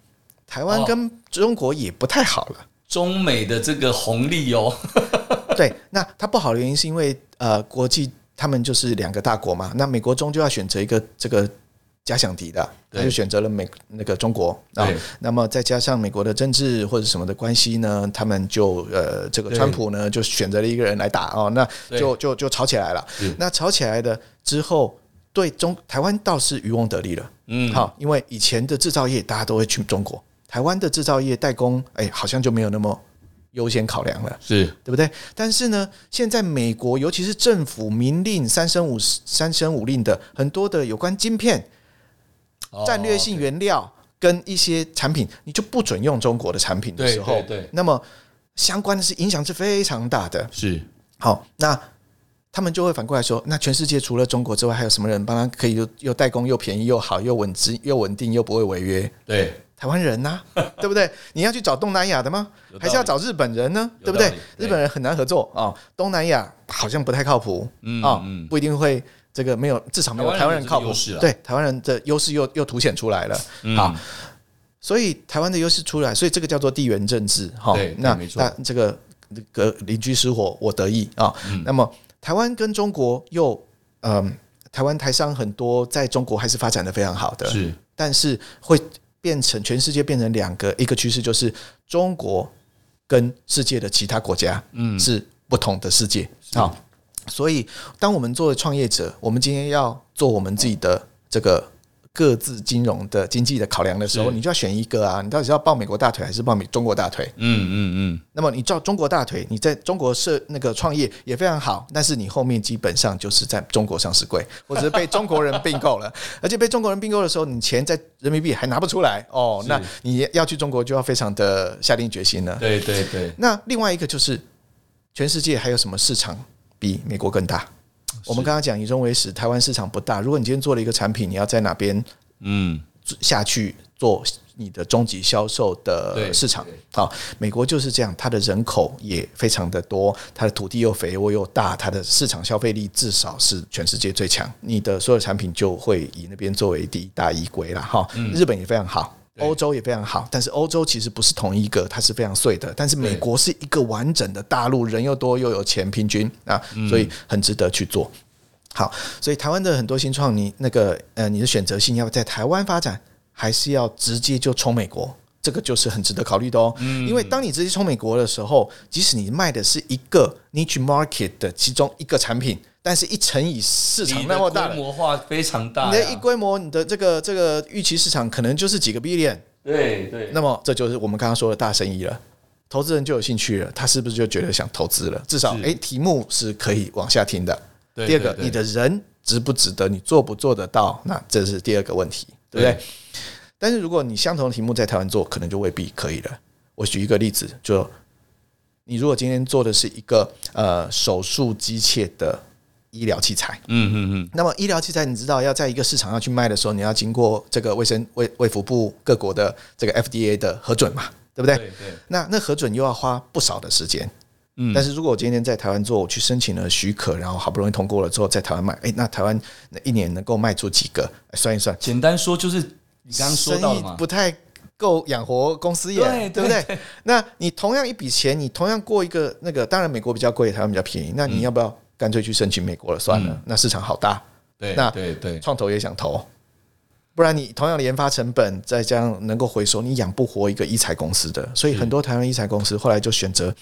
[SPEAKER 3] 台湾
[SPEAKER 2] 哦
[SPEAKER 3] 跟中国也不太好了。
[SPEAKER 2] 中美的这个红利哦，
[SPEAKER 3] 对，那它不好的原因是因为呃，国际他们就是两个大国嘛，那美国终究要选择一个这个假想敌的，他
[SPEAKER 2] 对
[SPEAKER 3] 就选择了美那个中国啊
[SPEAKER 2] 对。
[SPEAKER 3] 那么再加上美国的政治或者什么的关系呢，他们就呃，这个
[SPEAKER 2] 对
[SPEAKER 3] 川普呢就选择了一个人来打哦，那
[SPEAKER 2] 对
[SPEAKER 3] 就就就吵起来了
[SPEAKER 2] 是。
[SPEAKER 3] 那吵起来的之后，对中台湾倒是渔翁得利了。
[SPEAKER 2] 嗯，
[SPEAKER 3] 好，因为以前的制造业大家都会去中国，台湾的制造业代工，哎，好像就没有那么优先考量了。
[SPEAKER 2] 是，
[SPEAKER 3] 对不对？但是呢，现在美国尤其是政府明令三升五三升五令的很多的有关晶片、
[SPEAKER 2] 哦
[SPEAKER 3] 战略性原料跟一些产品，你就不准用中国的产品的
[SPEAKER 2] 对
[SPEAKER 3] 时候，
[SPEAKER 2] 对对
[SPEAKER 3] 那么相关的是影响是非常大的。
[SPEAKER 2] 是，
[SPEAKER 3] 好，那他们就会反过来说，那全世界除了中国之外，还有什么人帮他可以又又代工又便宜又好又稳值又稳定又不会违约？
[SPEAKER 2] 对，
[SPEAKER 3] 台湾人呐、对不对？你要去找东南亚的吗
[SPEAKER 2] 有道？理
[SPEAKER 3] 还是要找日本人呢？
[SPEAKER 2] 有
[SPEAKER 3] 对
[SPEAKER 2] 道
[SPEAKER 3] 不对
[SPEAKER 2] 理？哎对
[SPEAKER 3] 日本人很难合作啊、哦东南亚好像不太靠谱
[SPEAKER 2] 嗯
[SPEAKER 3] 啊、哦
[SPEAKER 2] 嗯
[SPEAKER 3] 不一定会这个没有，至少没有台
[SPEAKER 2] 台
[SPEAKER 3] 湾
[SPEAKER 2] 湾
[SPEAKER 3] 人
[SPEAKER 2] 人
[SPEAKER 3] 靠谱
[SPEAKER 2] 有这个优势。啦啊
[SPEAKER 3] 对，台湾人的优势又又凸显出来了。
[SPEAKER 2] 嗯
[SPEAKER 3] 好，所以台湾的优势出来，所以这个叫做地缘政治哈、
[SPEAKER 2] 对对
[SPEAKER 3] 那
[SPEAKER 2] 没错
[SPEAKER 3] 那这个隔邻居失火，我得意啊、
[SPEAKER 2] 嗯
[SPEAKER 3] 那么台湾跟中国又嗯、台湾台商很多在中国还是发展的非常好的，
[SPEAKER 2] 是，
[SPEAKER 3] 但是会变成全世界变成两个，一个趋势就是中国跟世界的其他国家，嗯，是不同的世界。好，所以当我们作为创业者，我们今天要做我们自己的这个。各自金融的经济的考量的时候，
[SPEAKER 2] 是
[SPEAKER 3] 你就要选一个啊，你到底是要抱美国大腿还是抱美中国大腿？
[SPEAKER 2] 嗯嗯
[SPEAKER 3] 那么你照中国大腿，你在中国设那个创业也非常好，但是你后面基本上就是在中国上市柜，或者是被中国人并购了， 而且被中国人并购的时候，你钱在人民币还拿不出来哦，
[SPEAKER 2] 是
[SPEAKER 3] 那你要去中国就要非常的下定决心了
[SPEAKER 2] 嗯，。对对对，
[SPEAKER 3] 那另外一个就是，全世界还有什么市场比美国更大？我们刚刚讲以终为始，台湾市场不大。如果你今天做了一个产品，你要在哪边
[SPEAKER 2] 嗯，
[SPEAKER 3] 下去做你的终极销售的
[SPEAKER 2] 对
[SPEAKER 3] 市场
[SPEAKER 2] 对。
[SPEAKER 3] 好，美国就是这样，它的人口也非常的多，它的土地又肥沃又大，它的市场消费力至少是全世界最强。你的所有产品就会以那边作为第一大依归了哈。日本也非常
[SPEAKER 2] 嗯
[SPEAKER 3] 好。
[SPEAKER 2] 对
[SPEAKER 3] 欧洲也非常好，但是欧洲其实不是同一个，它是非常碎的。但是美
[SPEAKER 2] 对
[SPEAKER 3] 国是一个完整的大陆，人又多又有钱，平均啊，
[SPEAKER 2] 嗯
[SPEAKER 3] 所以很值得去做。好，所以台湾的很多新创，你那个呃，你的选择性要在台湾发展，还是要直接就冲美国？这个就是很值得考虑的哦。
[SPEAKER 2] 嗯
[SPEAKER 3] 因为当你直接冲美国的时候，即使你卖的是一个 niche market 的其中一个产品，但是一乘以市场
[SPEAKER 2] 你的
[SPEAKER 3] 那么大
[SPEAKER 2] 规
[SPEAKER 3] 了。
[SPEAKER 2] 模化非常大呀，
[SPEAKER 3] 你的一规模，你的这个这个预期市场可能就是几个 billion，
[SPEAKER 2] 对对，
[SPEAKER 3] 那么这就是我们刚刚说的大生意了。投资人就有兴趣了，他是不是就觉得想投资了？至少，
[SPEAKER 4] 是
[SPEAKER 3] 诶，题目是可以往下听的。
[SPEAKER 4] 对
[SPEAKER 3] 第二个，
[SPEAKER 4] 对对
[SPEAKER 3] 你的人值不值得，你做不做得到，那这是第二个问题，对不对？但是如果你相同的题目在台湾做，可能就未必可以了。我举一个例子，就你如果今天做的是一个呃手术机械的医疗器材，
[SPEAKER 2] 嗯嗯嗯，
[SPEAKER 3] 那么医疗器材，你知道要在一个市场要去卖的时候，你要经过这个卫生卫卫福部各国的这个 FDA 的核准嘛，对不对？
[SPEAKER 2] 对对，
[SPEAKER 3] 那那核准又要花不少的时间。
[SPEAKER 2] 嗯
[SPEAKER 3] 但是如果我今天在台湾做，我去申请了许可，然后好不容易通过了之后，在台湾卖，诶，那台湾那一年能够卖出几个？哎算一算，
[SPEAKER 2] 简单说就是你刚刚说到的
[SPEAKER 3] 生意
[SPEAKER 2] 嘛，
[SPEAKER 3] 不太够养活公司业，
[SPEAKER 2] 对
[SPEAKER 3] 不对？那你同样一笔钱，你同样过一个那个，当然美国比较贵，台湾比较便宜，那
[SPEAKER 2] 嗯
[SPEAKER 3] 你要不要干脆去申请美国了算了？那市场好大，
[SPEAKER 4] 对
[SPEAKER 3] 那
[SPEAKER 4] 对对，
[SPEAKER 3] 创投也想投，不然你同样的研发成本，再加上能够回收，你养不活一个医材公司的。所以很多台湾医材公司后来就选择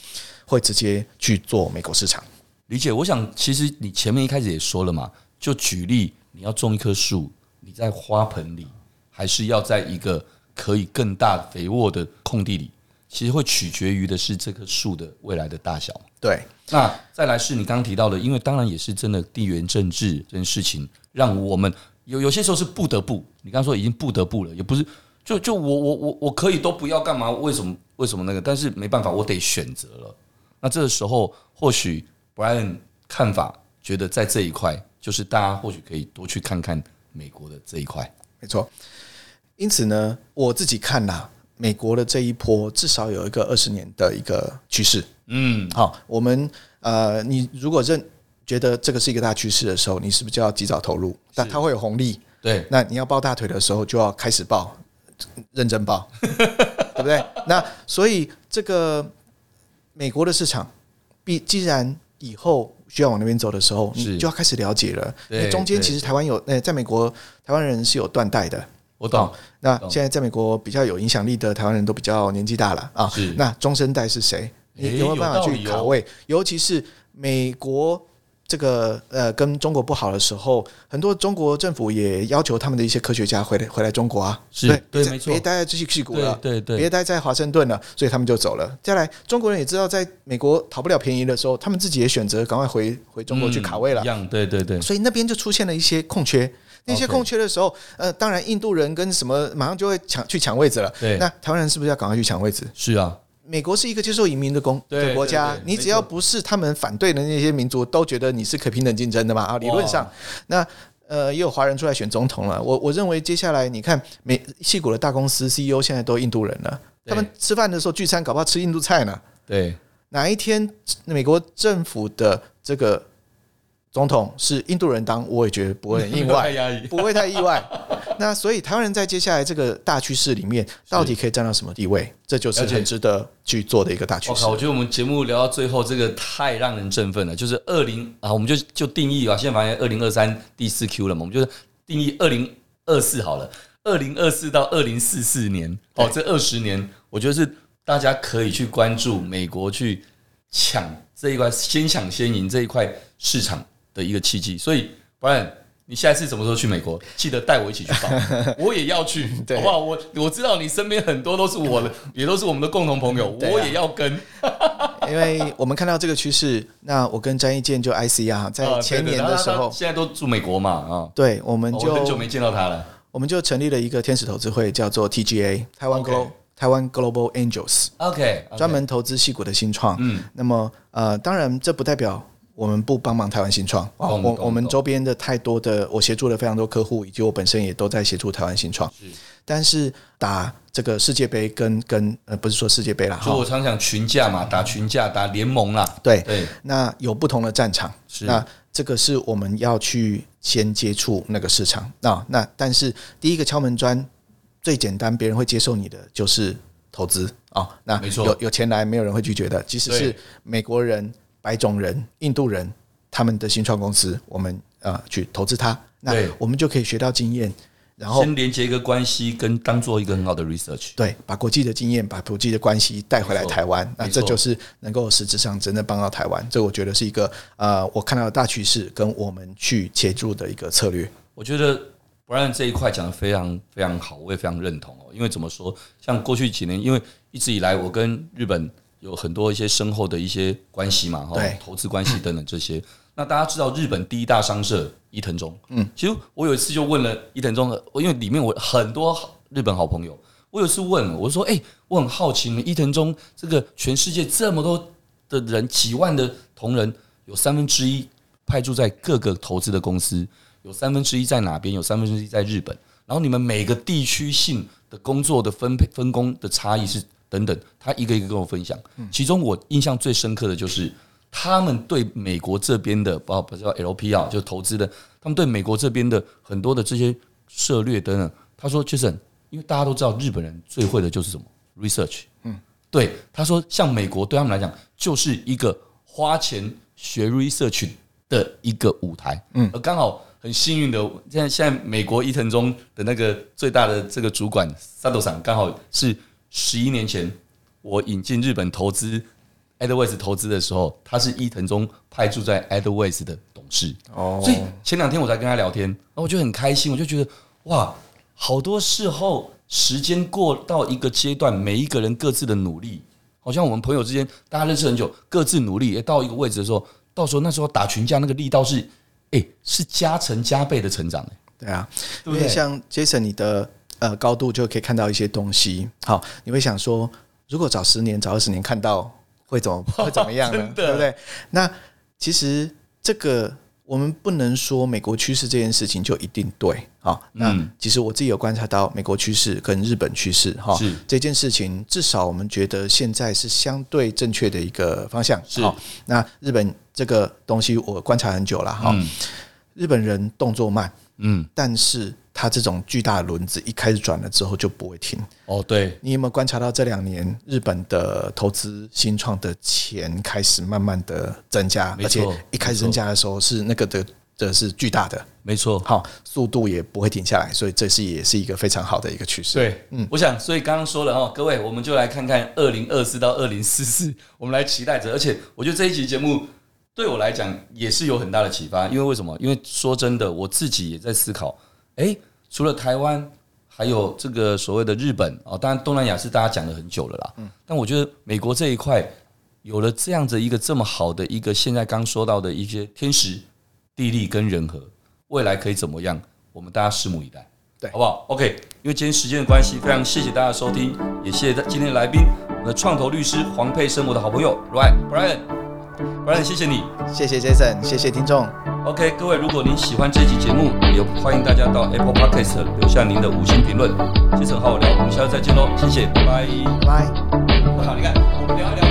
[SPEAKER 3] 会直接去做美国市场。
[SPEAKER 2] 理解，我想其实你前面一开始也说了嘛，就举例，你要种一棵树，你在花盆里，还是要在一个可以更大肥沃的空地里，其实会取决于的是这棵树的未来的大小。
[SPEAKER 3] 对，
[SPEAKER 2] 那再来是你刚刚提到的，因为当然也是真的地缘政治这件事情，让我们有有些时候是不得不，你刚刚说已经不得不了，也不是就就我我我我可以都不要干嘛？为什么为什么那个？但是没办法，我得选择了。那这个时候或许 Brian 看法觉得在这一块，就是大家或许可以多去看看美国的这一块。
[SPEAKER 3] 没错。因此呢，我自己看啦、美国的这一波至少有一个二十年的一个趋势。
[SPEAKER 2] 嗯，
[SPEAKER 3] 好，我们呃，你如果认觉得这个是一个大趋势的时候，你是不是就要及早投入？但它会有红利，
[SPEAKER 2] 对，
[SPEAKER 3] 那你要抱大腿的时候，就要开始抱，认 真抱，对不对？那所以这个美国的市场，必既然以后需要往那边走的时候，
[SPEAKER 2] 是
[SPEAKER 3] 你就要开始了解了。因
[SPEAKER 2] 对
[SPEAKER 3] 为中间其实台湾有，呃，在美国台湾人是有断代的。
[SPEAKER 2] 我懂
[SPEAKER 3] 哦。那
[SPEAKER 2] 懂
[SPEAKER 3] 现在在美国比较有影响力的台湾人都比较年纪大了啊
[SPEAKER 2] 是。
[SPEAKER 3] 那中生代是谁？
[SPEAKER 2] 诶
[SPEAKER 3] 你有没有办法
[SPEAKER 2] 有道
[SPEAKER 3] 去
[SPEAKER 2] 理哦
[SPEAKER 3] 卡位？尤其是美国这个呃跟中国不好的时候，很多中国政府也要求他们的一些科学家回来回来中国啊，
[SPEAKER 2] 是对
[SPEAKER 3] 别在
[SPEAKER 2] 没错
[SPEAKER 3] 别待在这些屁股了。
[SPEAKER 2] 对对
[SPEAKER 3] 别
[SPEAKER 2] 对，
[SPEAKER 3] 待在华盛顿了，所以他们就走了。再来，中国人也知道，在美国讨不了便宜的时候，他们自己也选择赶快回回中国去卡位了
[SPEAKER 2] 嗯一。样，对对对，
[SPEAKER 3] 所以那边就出现了一些空缺。那些
[SPEAKER 2] OK
[SPEAKER 3] 空缺的时候，呃，当然印度人跟什么马上就会抢去抢位置了。
[SPEAKER 2] 对
[SPEAKER 3] 那台湾人是不是要赶快去抢位置？
[SPEAKER 2] 是啊，
[SPEAKER 3] 美国是一个接受移民的公
[SPEAKER 2] 对
[SPEAKER 3] 的国
[SPEAKER 2] 对
[SPEAKER 3] 家
[SPEAKER 2] 对，
[SPEAKER 3] 你
[SPEAKER 2] 没
[SPEAKER 3] 只要
[SPEAKER 2] 错
[SPEAKER 3] 不是他们反对的那些民族都觉得你是可平等竞争的嘛啊，理论上，那呃也有华人出来选总统了。我我认为接下来你看美戏骨的大公司 CEO 现在都印度人了，他们
[SPEAKER 2] 对
[SPEAKER 3] 吃饭的时候聚餐搞不好吃印度菜呢。
[SPEAKER 2] 对，
[SPEAKER 3] 哪一天美国政府的这个总统是印度人当，我也觉得不 会很意
[SPEAKER 2] 不太
[SPEAKER 3] 外，
[SPEAKER 2] 压抑
[SPEAKER 3] 不会太意 外。那所以台湾人在接下来这个大趋势里面，到底可以站到什么地位，这就是
[SPEAKER 2] 了解
[SPEAKER 3] 很值得去做的一个大趋
[SPEAKER 2] 我
[SPEAKER 3] 势
[SPEAKER 2] 靠！。我觉得我们节目聊到最后，这个太让人振奋了。就是二零啊，我们就就定义吧，现在反正二零二三第四 Q 了嘛，我们就是定义二零二四好了。二零二四到二零四四年，哦，这二十年，我觉得是大家可以去关注美国去抢这一块，先抢先赢这一块市场的一个契机。所以，Brian，你下一次什么时候去美国，记得带我一起去 报，我也要去，
[SPEAKER 3] 对
[SPEAKER 2] 好不好？我我知道你身边很多都是我的，也都是我们的共同朋友，
[SPEAKER 3] 对啊
[SPEAKER 2] 我也要跟。
[SPEAKER 3] 因为我们看到这个趋势，那我跟张一健就 ICR
[SPEAKER 2] 啊
[SPEAKER 3] 在
[SPEAKER 2] 对
[SPEAKER 3] 前
[SPEAKER 2] 对
[SPEAKER 3] 年
[SPEAKER 2] 他
[SPEAKER 3] 的
[SPEAKER 2] 他
[SPEAKER 3] 时候，
[SPEAKER 2] 现在都住美国嘛啊，
[SPEAKER 3] 对，我们
[SPEAKER 2] 哦我很久
[SPEAKER 3] 就
[SPEAKER 2] 没见到他了。
[SPEAKER 3] 我们就成立了一个天使投资会，叫做 TGA 台湾
[SPEAKER 2] OK
[SPEAKER 3] Glo 台湾 Global Angels。
[SPEAKER 2] OK，
[SPEAKER 3] 专门投资戏股的新创。
[SPEAKER 2] 嗯
[SPEAKER 3] 那么呃，当然这不代表我们不帮忙台湾新创。
[SPEAKER 2] 懂
[SPEAKER 3] 我
[SPEAKER 2] 哦懂
[SPEAKER 3] 我们
[SPEAKER 2] 懂
[SPEAKER 3] 周边的太多的，我协助了非常多客户，以及我本身也都在协助台湾新创。但是打这个世界杯跟跟呃，不是说世界杯啦，
[SPEAKER 2] 就我
[SPEAKER 3] 哈，
[SPEAKER 2] 常讲群架嘛，打群架，打联盟啦。
[SPEAKER 3] 对，
[SPEAKER 2] 对，
[SPEAKER 3] 那有不同的战场，
[SPEAKER 2] 是
[SPEAKER 3] 那这个是我们要去先接触那个市场啊。那但是第一个敲门砖最简单，别人会接受你的就是投资啊、那
[SPEAKER 2] 没错
[SPEAKER 3] 有有钱来，没有人会拒绝的。即使是
[SPEAKER 2] 对
[SPEAKER 3] 美国人、白种人、印度人，他们的新创公司，我们呃去投资它，那
[SPEAKER 2] 对
[SPEAKER 3] 我们就可以学到经验，然后
[SPEAKER 2] 先连接一个关系，跟当做一个很好的 research。
[SPEAKER 3] 对，把国际的经验、把国际的关系带回来
[SPEAKER 2] 没错
[SPEAKER 3] 台湾，那
[SPEAKER 2] 没
[SPEAKER 3] 这
[SPEAKER 2] 错
[SPEAKER 3] 就是能够实质上真正帮到台湾。这我觉得是一个呃，我看到的大趋势跟我们去切入的一个策略。
[SPEAKER 2] 我觉得 Brian 这一块讲的非常非常好，我也非常认同哦。因为怎么说，像过去几年，因为一直以来我跟日本有很多一些深厚的一些关系嘛，哈
[SPEAKER 3] 对，
[SPEAKER 2] 投资关系等等这些。那大家知道日本第一大商社伊藤忠，嗯，其实我有一次就问了伊藤忠的，因为里面我很多好日本好朋友，我有一次问我说，哎、我很好奇，你们伊藤忠这个全世界这么多的人，几万的同仁，有三分之一派驻在各个投资的公司，有三分之一在哪边，有三分之一在日本。然后你们每个地区性的工作的分配分工的差异是等等，他一个一个跟我分享。其中我印象最深刻的就是他们对美国这边的，不不叫 LP 啊，就是投资的，他们对美国这边的很多的这些策略等等。他说，Jason，因为大家都知道日本人最会的就是什么 research，对，他说像美国对他们来讲就是一个花钱学 research 的一个舞台，嗯，而刚好很幸运的，现在现在美国伊藤忠的那个最大的这个主管萨斗桑刚好是十一年前我引进日本投资 Edwards 投资的时候，他是伊藤忠派驻在 Edwards 的董事，
[SPEAKER 3] 哦
[SPEAKER 2] 所以前两天我才跟他聊天，然后我就很开心，我就觉得哇，好多时候时间过到一个阶段，每一个人各自的努力，好像我们朋友之间大家认识很久，各自努力，也到一个位置的时候，到时候那时候打群架那个力道是，哎、是加成加倍的成长、哎
[SPEAKER 3] 对啊，
[SPEAKER 2] 对
[SPEAKER 3] 因
[SPEAKER 2] 不
[SPEAKER 3] 为
[SPEAKER 2] 对？
[SPEAKER 3] 像 Jason 你的呃高度就可以看到一些东西，好，你会想说，如果早十年、早二十年看到，会 怎么会怎么样呢
[SPEAKER 2] 真？的
[SPEAKER 3] 对不对？那其实这个我们不能说美国趋势这件事情就一定对，好，那
[SPEAKER 2] 嗯
[SPEAKER 3] 其实我自己有观察到美国趋势跟日本趋势，哈
[SPEAKER 2] 是，
[SPEAKER 3] 这件事情至少我们觉得现在是相对正确的一个方向，
[SPEAKER 2] 是
[SPEAKER 3] 好，那日本这个东西我观察很久了，哈，
[SPEAKER 2] 嗯
[SPEAKER 3] 日本人动作慢。
[SPEAKER 2] 嗯，
[SPEAKER 3] 但是它这种巨大的轮子一开始转了之后就不会停。
[SPEAKER 2] 哦对，
[SPEAKER 3] 你有没有观察到这两年日本的投资新创的钱开始慢慢的增加，
[SPEAKER 2] 没
[SPEAKER 3] 而且
[SPEAKER 2] 错
[SPEAKER 3] 一开始
[SPEAKER 2] 没错
[SPEAKER 3] 增加的时候是那个的的是巨大的，
[SPEAKER 2] 没错，
[SPEAKER 3] 好，速度也不会停下来，所以这是也是一个非常好的一个趋势。
[SPEAKER 2] 对，嗯，我想，所以刚刚说了哦，各位，我们就来看看二零二四到二零四四， 我们来期待着。而且，我觉得这一期节目对我来讲也是有很大的启发，因为为什么？因为说真的，我自己也在思考，诶，除了台湾，还有这个所谓的日本哦，当然东南亚是大家讲了很久了啦，但我觉得美国这一块有了这样子一个这么好的一个，现在刚说到的一些天时、地利跟人和，未来可以怎么样？我们大家拭目以待。好不好？OK，因为今天时间的关系，非常谢谢大家的收听，也谢谢今天的来宾，我们的创投律师黄佩生，我的好朋友，Right Brian，Brian，谢谢你。
[SPEAKER 3] 谢谢 Jason，谢谢听众，
[SPEAKER 2] OK，各位，如果您喜欢这期节目，也欢迎大家到 Apple Podcast 留下您的五星评论。先生好好聊，我们下次再见喽，谢谢，拜拜。
[SPEAKER 3] 拜拜。
[SPEAKER 2] 我靠，你看，我们聊一聊。